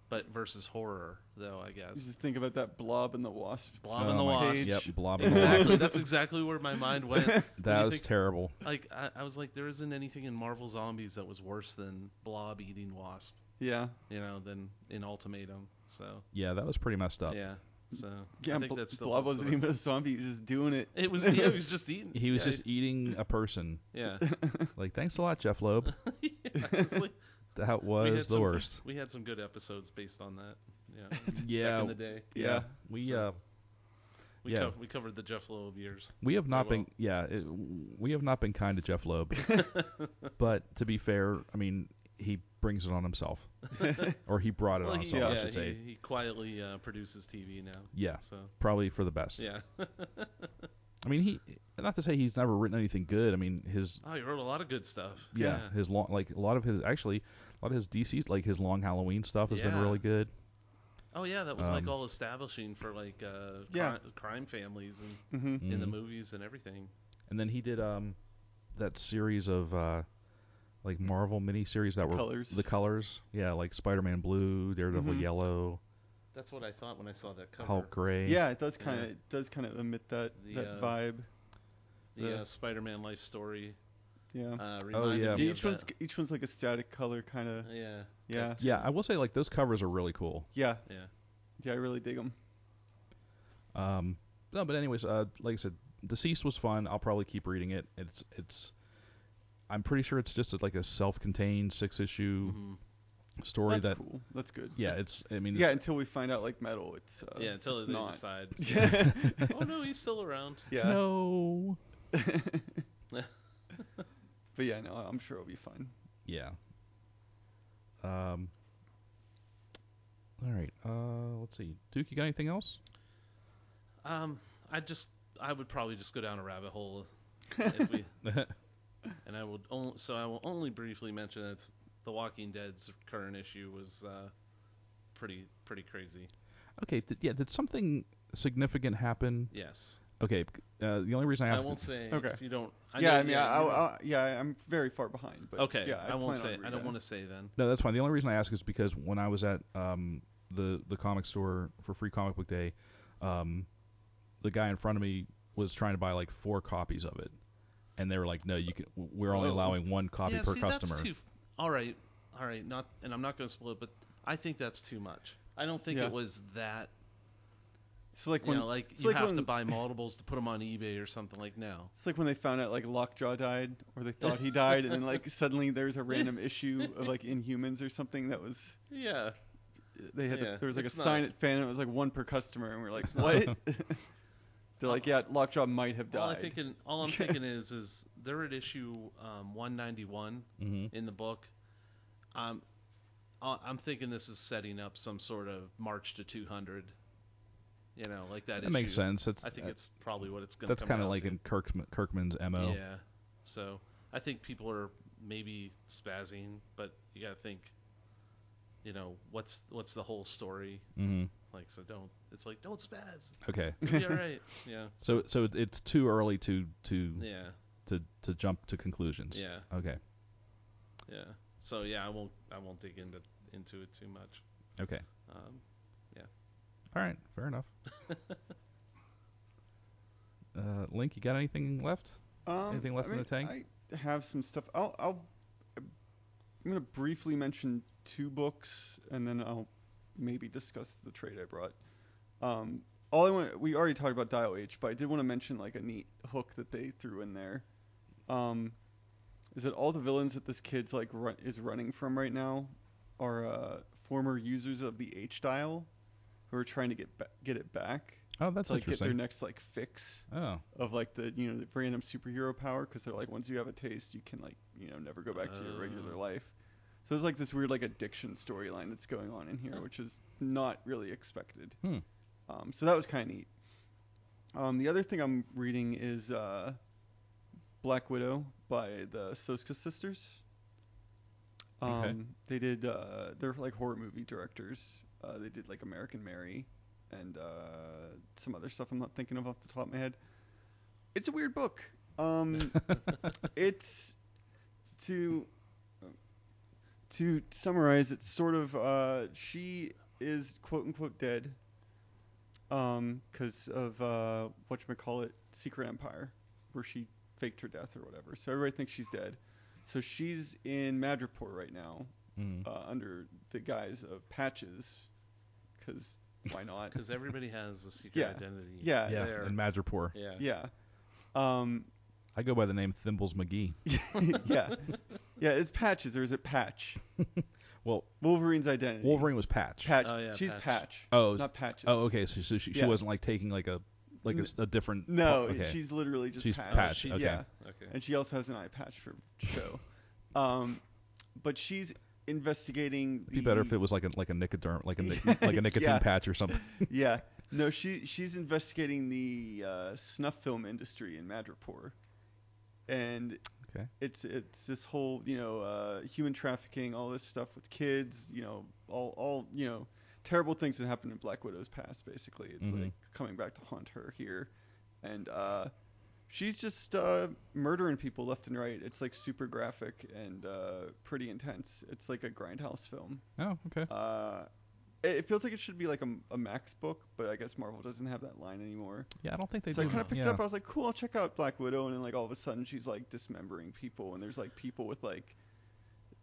but versus horror, though, I guess.
Just think about that blob and the wasp.
Blob
Oh
and the
my-
Wasp.
Page.
Yep, blob and blob.
Exactly. That's exactly where my mind went.
That
you
was
think-
terrible.
Like I, I was like, there isn't anything in Marvel Zombies that was worse than Blob eating Wasp.
Yeah.
You know, than in Ultimatum. So
Yeah, that was pretty messed up.
yeah. So
Yeah.
I think
Bl-
that's still
blob
holds
wasn't
up.
even a zombie. He was just doing it.
It was. Yeah, he was just eating.
He was
yeah,
just eating a person.
Yeah.
Like, thanks a lot, Jeff Loeb.
yeah honestly,
That
we
was
had
the
some good-
worst.
we had some good episodes based on that. Yeah. Back
Oh, Yeah,
in the day.
yeah.
we
so-
uh,
We,
Yeah.
co- we covered the Jeff Loeb years.
we have not
well.
been yeah it, we have not been kind to Jeff Loeb. but to be fair, I mean he brings it on himself, or he brought it
Well,
on
he,
himself.
yeah,
I should
he,
say.
he quietly uh, produces TV now.
Yeah,
So
probably for the best.
yeah.
I mean he not to say he's never written anything good. I mean his
Oh, he wrote a lot of good stuff.
yeah, his long like a lot of his actually a lot of his DC like his long Halloween stuff has been
Yeah.
really good.
Oh yeah, that was like
Um,
all establishing for like uh,
Yeah.
cri- crime families and
hmm
in the
Mhm.
movies and everything.
And then he did um that series of uh like Marvel miniseries that were
Colors.
the colors. Yeah, like Spider Man Blue, Daredevil
Mhm.
Yellow,
That's what I thought when I saw that cover.
Hulk Gray.
Yeah, it does
Yeah.
kind of it does kind of emit that
The,
that
uh,
vibe.
The
Yeah. Oh,
uh, Spider-Man life story.
Yeah.
Uh, reminded
yeah.
me
Yeah,
of
each one's
that.
each one's like a static color kind of.
Yeah.
Yeah.
Yeah, I will say like those covers are really cool.
Yeah.
Yeah.
Yeah. I really dig them.
Um no, but anyways, uh like I said, Deceased was fun. I'll probably keep reading it. It's it's I'm pretty sure it's just like a self contained six issue
Mhm.
story
Mm-hmm. That's
that
cool. That's good.
yeah, it's I mean
Yeah.
it's,
Until we find out like metal, it's uh,
yeah. Until
it's
they
not.
decide.
Yeah.
oh no, he's still around.
yeah.
no
but yeah, no, I'm sure it'll be fine.
Yeah. Um. All right. Uh, let's see. Duke, you got anything else?
Um, I just I would probably just go down a rabbit hole if we and I will only, so I will only briefly mention it's The Walking Dead's current issue was uh, pretty pretty crazy.
okay. Th- yeah. Did something significant happen?
Yes,
Okay. c- Uh, the only reason
I
I asked.
won't say
Okay.
if you don't.
yeah,
know-
I mean, I,
you
I,
don't-
I, yeah, I'm very far behind. But
okay,
yeah, I,
I, won't
plan
say.
on
I don't want to say then.
No, that's fine. The only reason I ask is because when I was at um the the comic store for free comic book day, um, the guy in front of me was trying to buy like four copies of it, and they were like, "No, you can. We're only
Whoa.
allowing one copy
yeah,
per
see,
customer."
that's too. All right, all right, not and I'm not going to split, but I think that's too much. I don't think
Yeah.
it was that.
It's like
you
when
know, like
it's
you
like
have to
when-
buy multiples to put them on eBay or something. Like no.
it's like when they found out like Lockjaw died, or they thought he died, and then like suddenly there's a random issue of like Inhumans or something that was
Yeah.
they had
Yeah,
the, there was like a
it's not-
sign at fan and it was like one per customer, and we are like,
It's not-
what? They're like, yeah, Lockjaw might have died.
All I thinking, all I'm thinking is, is they're at issue um, 191
Mm-hmm.
in the book. Um, I- I'm thinking this is setting up some sort of march to 200 You know, like that.
That makes
issue.
sense. That's uh,
I think it's probably what it's going.
that's
kind of
like in Kirkman, Kirkman's mo.
Yeah. So I think people are maybe spazzing, but you got to think. You know what's what's the whole story?
hmm
Like so, don't. It's like don't spaz.
Okay.
You'll be all right. Yeah.
So so it- it's too early to to
Yeah.
to, to jump to conclusions.
Yeah.
Okay.
Yeah. So yeah, I won't I won't dig into into it too much.
Okay.
Um,
All right. Fair enough. uh, Link, you got anything left?
Um,
Anything left
I
in the
mean,
tank?
I have some stuff. I'll, I'll I'm gonna briefly mention two books, and then I'll maybe discuss the trade I brought. Um, all I want, we already talked about Dial H, but I did want to mention like a neat hook that they threw in there. Um, is that all the villains that this kid's like run, is running from right now are uh, former users of the H dial who are trying to get ba- get it back
Oh, that's
to like get their
interesting.
next like fix
oh,
of like the you know the random superhero power because they're like once you have a taste you can like you know never go back to your regular
Oh.
life so it's like this weird like addiction storyline that's going on in here
Huh.
which is not really expected
Hmm.
um, so that was kind of neat um, the other thing i'm reading is uh, black widow by the soska sisters um,
Okay.
they did uh, they're like horror movie directors uh, they did like american mary and uh, some other stuff I'm not thinking of off the top of my head. It's a weird book. Um, it's to to summarize. It's sort of uh, she is quote unquote dead because um, of uh, what you call it, Secret Empire, where she faked her death or whatever. So everybody thinks she's dead. So she's in Madripoor right now
Mm.
uh, under the guise of Patches, because why not?
because everybody has a secret
Yeah.
identity.
Yeah,
yeah,
There.
and Madripoor.
Yeah.
Uh, yeah. Um,
I go by the name Thimbles McGee.
yeah, yeah. It's Patches or is it Patch?
Well,
Wolverine's identity.
Wolverine was Patch.
Patch.
Oh, yeah,
She's
Patch.
Patch.
Oh,
not Patches.
oh, okay. So, so she, she
Yeah.
wasn't like taking like a like a, s- a different.
No,
oh, okay.
she's literally just
She's
Patch.
Patch,
Oh, she-
okay.
Yeah,
Okay.
and she also has an eye patch for show. Um, but she's investigating.
It'd be better if
the-
it was like a like a nicoderm like a nic-
Yeah,
like a nicotine
E yeah.
patch or something.
yeah. No, she she's investigating the uh, snuff film industry in Madripoor, and
Okay.
it's it's this whole you know uh, human trafficking, all this stuff with kids, you know, all all you know terrible things that happened in Black Widow's past. Basically, it's
Mhm.
like coming back to haunt her here, and uh, she's just uh, murdering people left and right. It's like super graphic and uh, pretty intense. It's like a grindhouse film.
Oh, okay.
Uh, it, it feels like it should be like a, a Max book, but I guess Marvel doesn't have that line anymore.
Yeah, I don't think they
so I
do.
kind of picked
yeah.
it up. I was like, cool, I'll check out Black Widow, and then like all of a sudden she's like dismembering people, and there's like people with like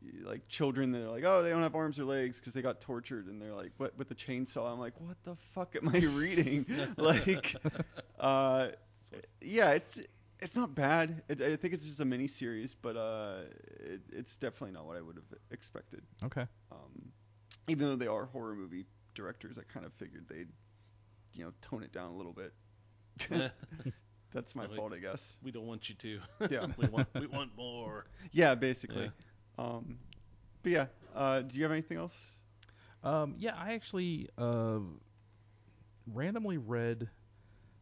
y- like children that are like, oh, they don't have arms or legs because they got tortured, and they're like, what with the chainsaw? I'm like, what the fuck am I reading? like, uh, yeah, it's it's not bad. It, I think it's just a mini series, but uh, it, it's definitely not what I would have expected
Okay.
um, even though they are horror movie directors, I kind of figured they'd, you know, tone it down a little bit. That's my
Really?
fault, I guess.
we don't want you to.
Yeah,
we want we want more.
yeah, basically. Um, but yeah, uh, do you have anything else?
Um, yeah, I actually uh, randomly read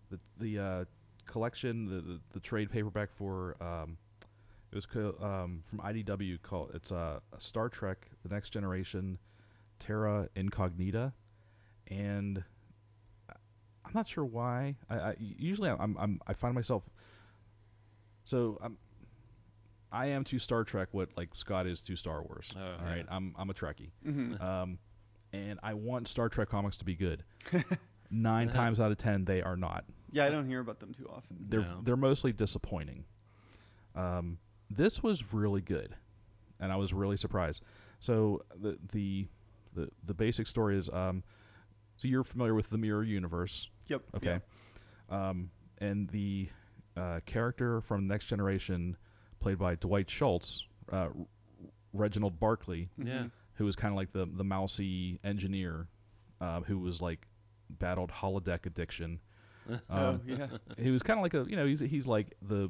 the the uh, collection, the, the the trade paperback for um, it was co- um, from IDW called it's uh, Star Trek: The Next Generation, Terra Incognita, and I- I'm not sure why. I, I usually I'm, I'm I find myself so I'm. I am to Star Trek what like Scott is to Star Wars.
Oh,
all
yeah.
right, I'm I'm a Trekkie
Mm-hmm.
um, and I want Star Trek comics to be good. Nine times out of ten, they are not.
Yeah, I don't hear about them too often.
They're
No.
they're mostly disappointing. Um, this was really good, and I was really surprised. So the the the, the basic story is um, so you're familiar with the Mirror Universe,
Yep. yeah.
okay? Um, and the uh, character from Next Generation, played by Dwight Schultz, uh, R- Reginald Barkley,
Yeah.
Mhm.
who was kind of like the the mousy engineer, um, who was like battled holodeck addiction.
Oh
Um,
yeah.
He was kind of like a you know he's he's like the,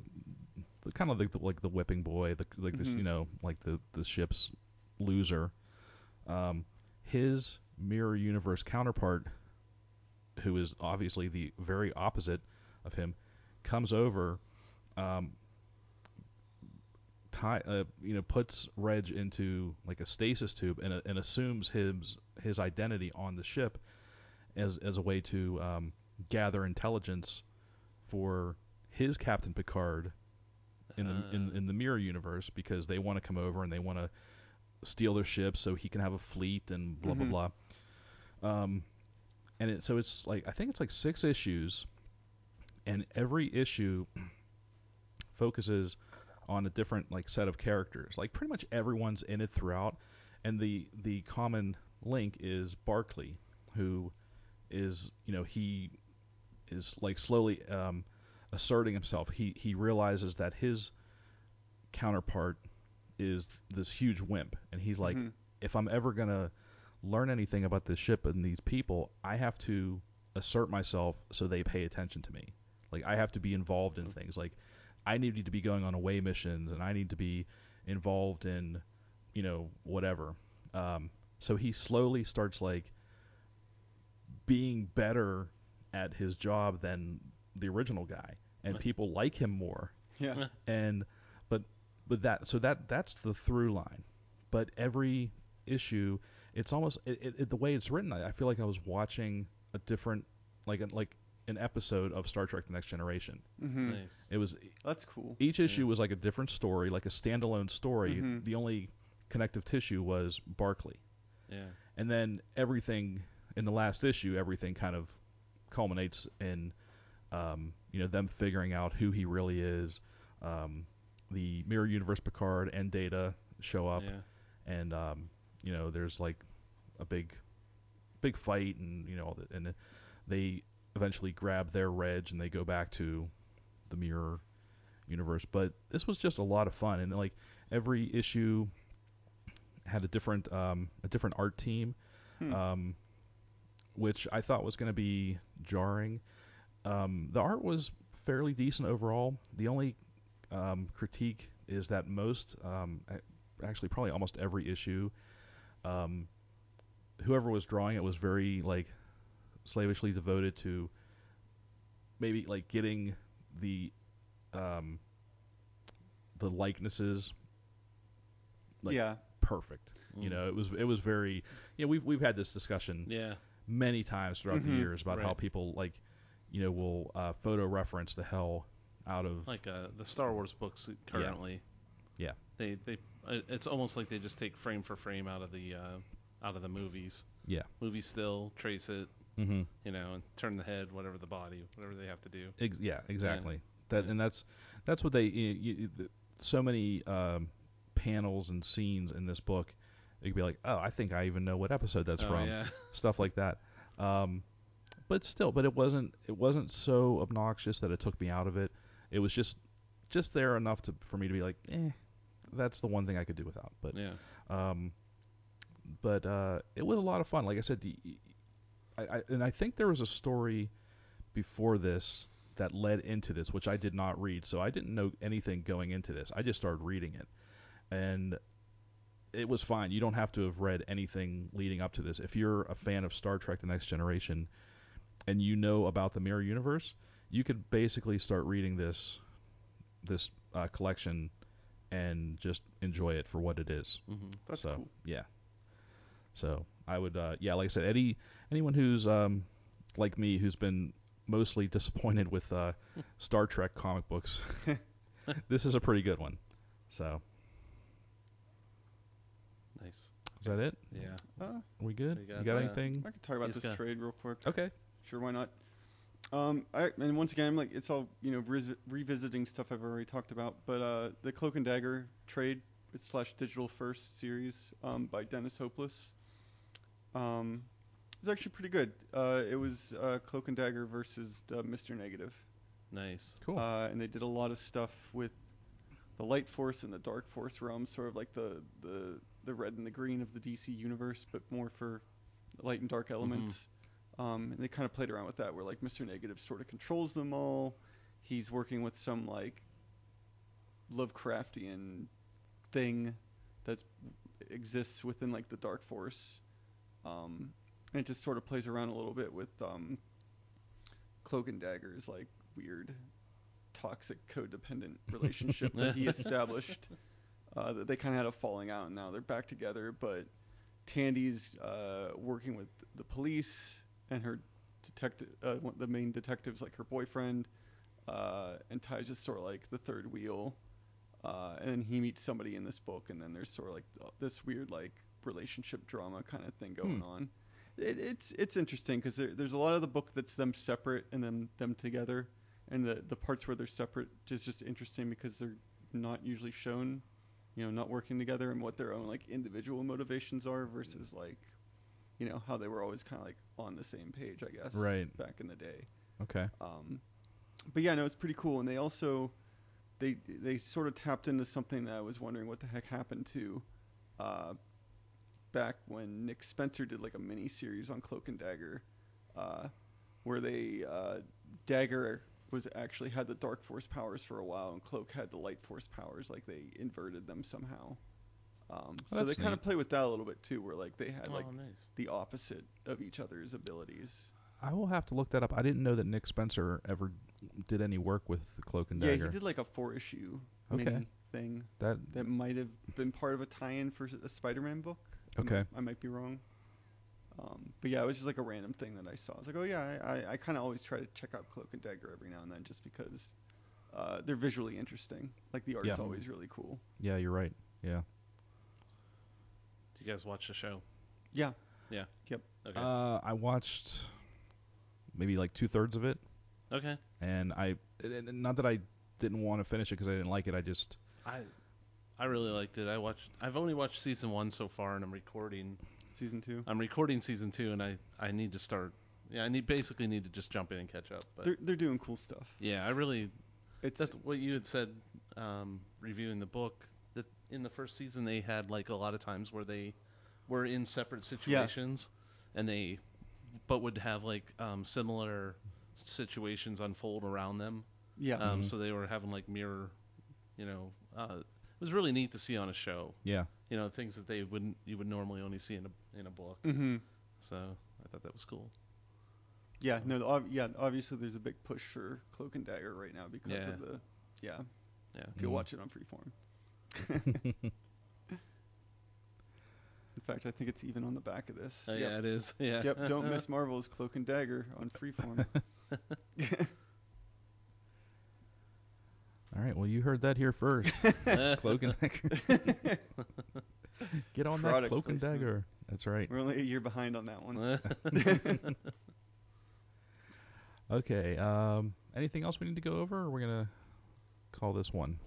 the kind of like the, like the whipping boy, the like the
Mhm.
you know like the the ship's loser. Um, his mirror universe counterpart who is obviously the very opposite of him, comes over, um, tie, uh, you know, puts Reg into like a stasis tube and, uh, and assumes his his identity on the ship as as a way to um, gather intelligence for his Captain Picard in the in, in the mirror universe because they want to come over and they want to steal their ships so he can have a fleet and blah
Mhm.
blah blah. Um, and it, so it's like I think it's like six issues, and every issue focuses on a different like set of characters. Like pretty much everyone's in it throughout, and the the common link is Barclay, who is you know he is like slowly um, asserting himself. He he realizes that his counterpart is this huge wimp, and he's like,
Mhm.
if I'm ever gonna learn anything about this ship and these people, I have to assert myself so they pay attention to me. Like I have to be involved in things. Like I need to be going on away missions, and I need to be involved in, you know, whatever. Um, so he slowly starts like being better at his job than the original guy, and
Right.
people like him more.
Yeah.
And but but that so that that's the through line. But every issue, it's almost it, it, it- the way it's written. I, I feel like I was watching a different like an like an episode of Star Trek: The Next Generation.
hmm
Nice.
It was
That's cool.
each issue was like a different story, like a standalone story.
Mhm.
The only connective tissue was Barclay
Yeah.
and then everything in the last issue, everything kind of culminates in um, you know them figuring out who he really is. Um, the mirror universe Picard and Data show up,
Yeah.
and um, you know there's like a big, big fight, and you know all that, and they eventually grab their Reg and they go back to the mirror universe. But this was just a lot of fun, and like every issue had a different um, a different art team,
Hmm.
um, which I thought was going to be jarring. Um, the art was fairly decent overall. The only um, critique is that most, um, a- actually, probably almost every issue, um, whoever was drawing it was very like slavishly devoted to maybe like getting the um, the likenesses like
yeah.
perfect. You
Mm.
know, it was it was very. You know, we've we've had this discussion
Yeah. Mm-hmm.
many times throughout the
Mhm.
years about how
Right.
people like, you know, will uh, photo reference the hell out of
Like uh, the Star Wars books currently.
Yeah.
They they it- it's almost like they just take frame for frame out of the uh, out of the movies.
Yeah.
Movie still trace it,
Mhm.
you know, and turn the head, whatever the body, whatever they have to do.
Ex- yeah, exactly. That
Yeah.
and that's that's what they you, you, the- so many um, panels and scenes in this book. It could be like, oh, I think I even know what episode that's
Oh,
from.
Yeah.
stuff like that. Um, but still, but it wasn't it wasn't so obnoxious that it took me out of it. It was just just there enough to for me to be like, eh, that's the one thing I could do without. But
yeah.
um, but uh, it was a lot of fun. Like I said, y- y- I, I- and I think there was a story before this that led into this, which I did not read, so I didn't know anything going into this. I just started reading it, and it was fine. You don't have to have read anything leading up to this. If you're a fan of Star Trek: The Next Generation, and you know about the Mirror Universe, you could basically start reading this this uh, collection and just enjoy it for what it is.
hmm
That's
So
cool.
yeah. So I would uh, yeah, like I said, any anyone who's um, like me who's been mostly disappointed with uh, Star Trek comic books, this is a pretty good one. So
Nice.
is that it?
Yeah.
Uh,
Are we good?
We
you
got
got
that.
anything?
I could talk about
Yes,
this
go.
trade real quick.
Okay.
Sure, why not? Um, I, and once again, I'm like it's all you know res- revisiting stuff I've already talked about. But uh, the Cloak and Dagger trade slash Digital First series um, by Dennis Hopeless um, is actually pretty good. Uh, it was uh, Cloak and Dagger versus uh, Mister Negative,
Nice.
Cool.
uh, and they did a lot of stuff with the Light Force and the Dark Force realm, sort of like the the the red and the green of the DC universe, but more for light and dark elements. Um, and they kind of played around with that, where like Mr. Negative sort of controls them all. He's working with some like Lovecraftian thing that exists within like the Dark Force, um, and it just sort of plays around a little bit with um, Cloak and Dagger's like weird, toxic, codependent relationship that he established. Uh, that they kind of had a falling out, and now they're back together. But Tandy's uh, working with the police and her detective, uh, one, the main detectives, like her boyfriend, uh, and Ty's just sort of like the third wheel. Uh, and then he meets somebody in this book, and then there's sort of like this weird like relationship drama kind of thing going
Hmm.
on. It, it's it's interesting because there, there's a lot of the book that's them separate and then them together, and the the parts where they're separate is just interesting because they're not usually shown, you know, not working together and what their own like individual motivations are versus like, you know, how they were always kind of like on the same page, I guess,
Right.
back in the day.
Okay.
Um, but yeah, no, it's pretty cool. And they also they they sort of tapped into something that I was wondering what the heck happened to uh, back when Nick Spencer did like a mini series on Cloak and Dagger, uh, where they uh, Dagger was actually had the Dark Force powers for a while, and Cloak had the Light Force powers. Like they inverted them somehow. Um,
Oh,
so they
that's
kind
neat.
of play with that a little bit too, where like they had
Oh,
like
nice.
the opposite of each other's abilities.
I will have to look that up. I didn't know that Nick Spencer ever did any work with the Cloak and
Yeah,
Dagger.
he did like a four issue
Okay.
mini thing
That
that might have been part of a tie-in for s- a Spider-Man book. I might-
Okay.
I might be wrong. Um, but yeah, it was just like a random thing that I saw. I was like, oh yeah, I, I, I kind of always try to check out Cloak and Dagger every now and then just because uh, they're visually interesting. Like the art's
Yeah.
always really cool.
yeah, you're right. Yeah.
Do you guys watch the show?
Yeah.
Yeah.
Yep.
Okay.
Uh, I watched maybe like two thirds of it,
okay.
and I and- and not that I didn't want to finish it because I didn't like it. I just
I I really liked it. I watched. I've only watched season one so far, and I'm recording.
Season two.
I'm recording season two, and I I need to start. Yeah, I need basically need to just jump in and catch up. But
They're they're doing cool stuff.
yeah, I really
It's
That's what you had said um, reviewing the book. That in the first season they had like a lot of times where they were in separate situations, and they but would have like um, similar situations unfold around them.
yeah.
Um,
Mhm.
so they were having like mirror, you know, uh, it was really neat to see on a show.
yeah.
You know, things that they wouldn't you would normally only see in a in a book.
mm-hmm.
So I thought that was cool.
Yeah. No. the Ob- yeah. Obviously, there's a big push for Cloak and Dagger right now because
Yeah.
of the yeah.
Yeah.
Go
Mhm.
watch it on Freeform. In fact, I think it's even on the back of this.
Uh,
Yep.
Yeah, it is. Yeah.
Yep, don't miss Marvel's Cloak and Dagger on Freeform.
All right. Well, you heard that here first. Cloak and Dagger. Get on that
Product
Cloak and
placement.
Dagger. That's right.
We're only a year behind on that one.
Okay. Um, anything else we need to go over? Or we're gonna call this one.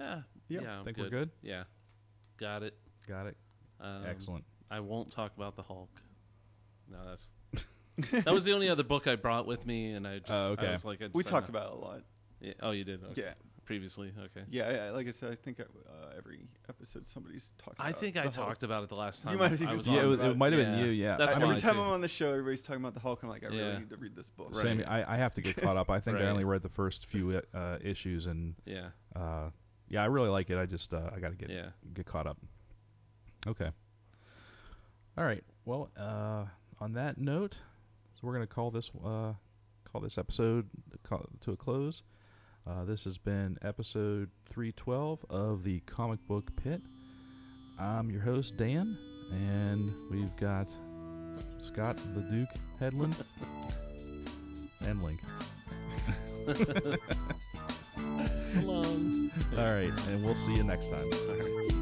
yeah.
Yeah,
Yeah. I'm
Think we're good?
Yeah. Got it.
Got it.
Um,
Excellent.
I won't talk about the Hulk. No, that's that was the only other book I brought with me, and I just
Oh, okay.
I was like, I
We
decided-
talked about it a lot.
Yeah, oh, you did. Okay.
Yeah.
Previously, okay.
yeah, yeah. Like I said, I think uh, every episode somebody's talked.
I
about
think
Uh,
I
the Hulk.
talked about it the last
You
time.
might
I-
have
I
even
was
talked
yeah, it,
on.
was, it
about-
might have
yeah.
been you. Yeah.
That's
I
why
Every
mine,
time
too.
I'm on the show, everybody's talking about the Hulk. I'm like, I really
Yeah.
need to read this book.
Right.
Same. I, I have to get caught up. I think I
Right.
only read the first few uh, issues, and
yeah,
uh, yeah, I really like it. I just uh, I got to get
yeah.
get caught up. Okay. All right. Well, uh, on that note, so we're gonna call this uh, call this episode co- to a close. Uh, this has been episode 312 of the Comic Book Pit. I'm your host Dan, and we've got Scott the Duke Headland and Link.
So long.
All right, and we'll see you next time.
All right.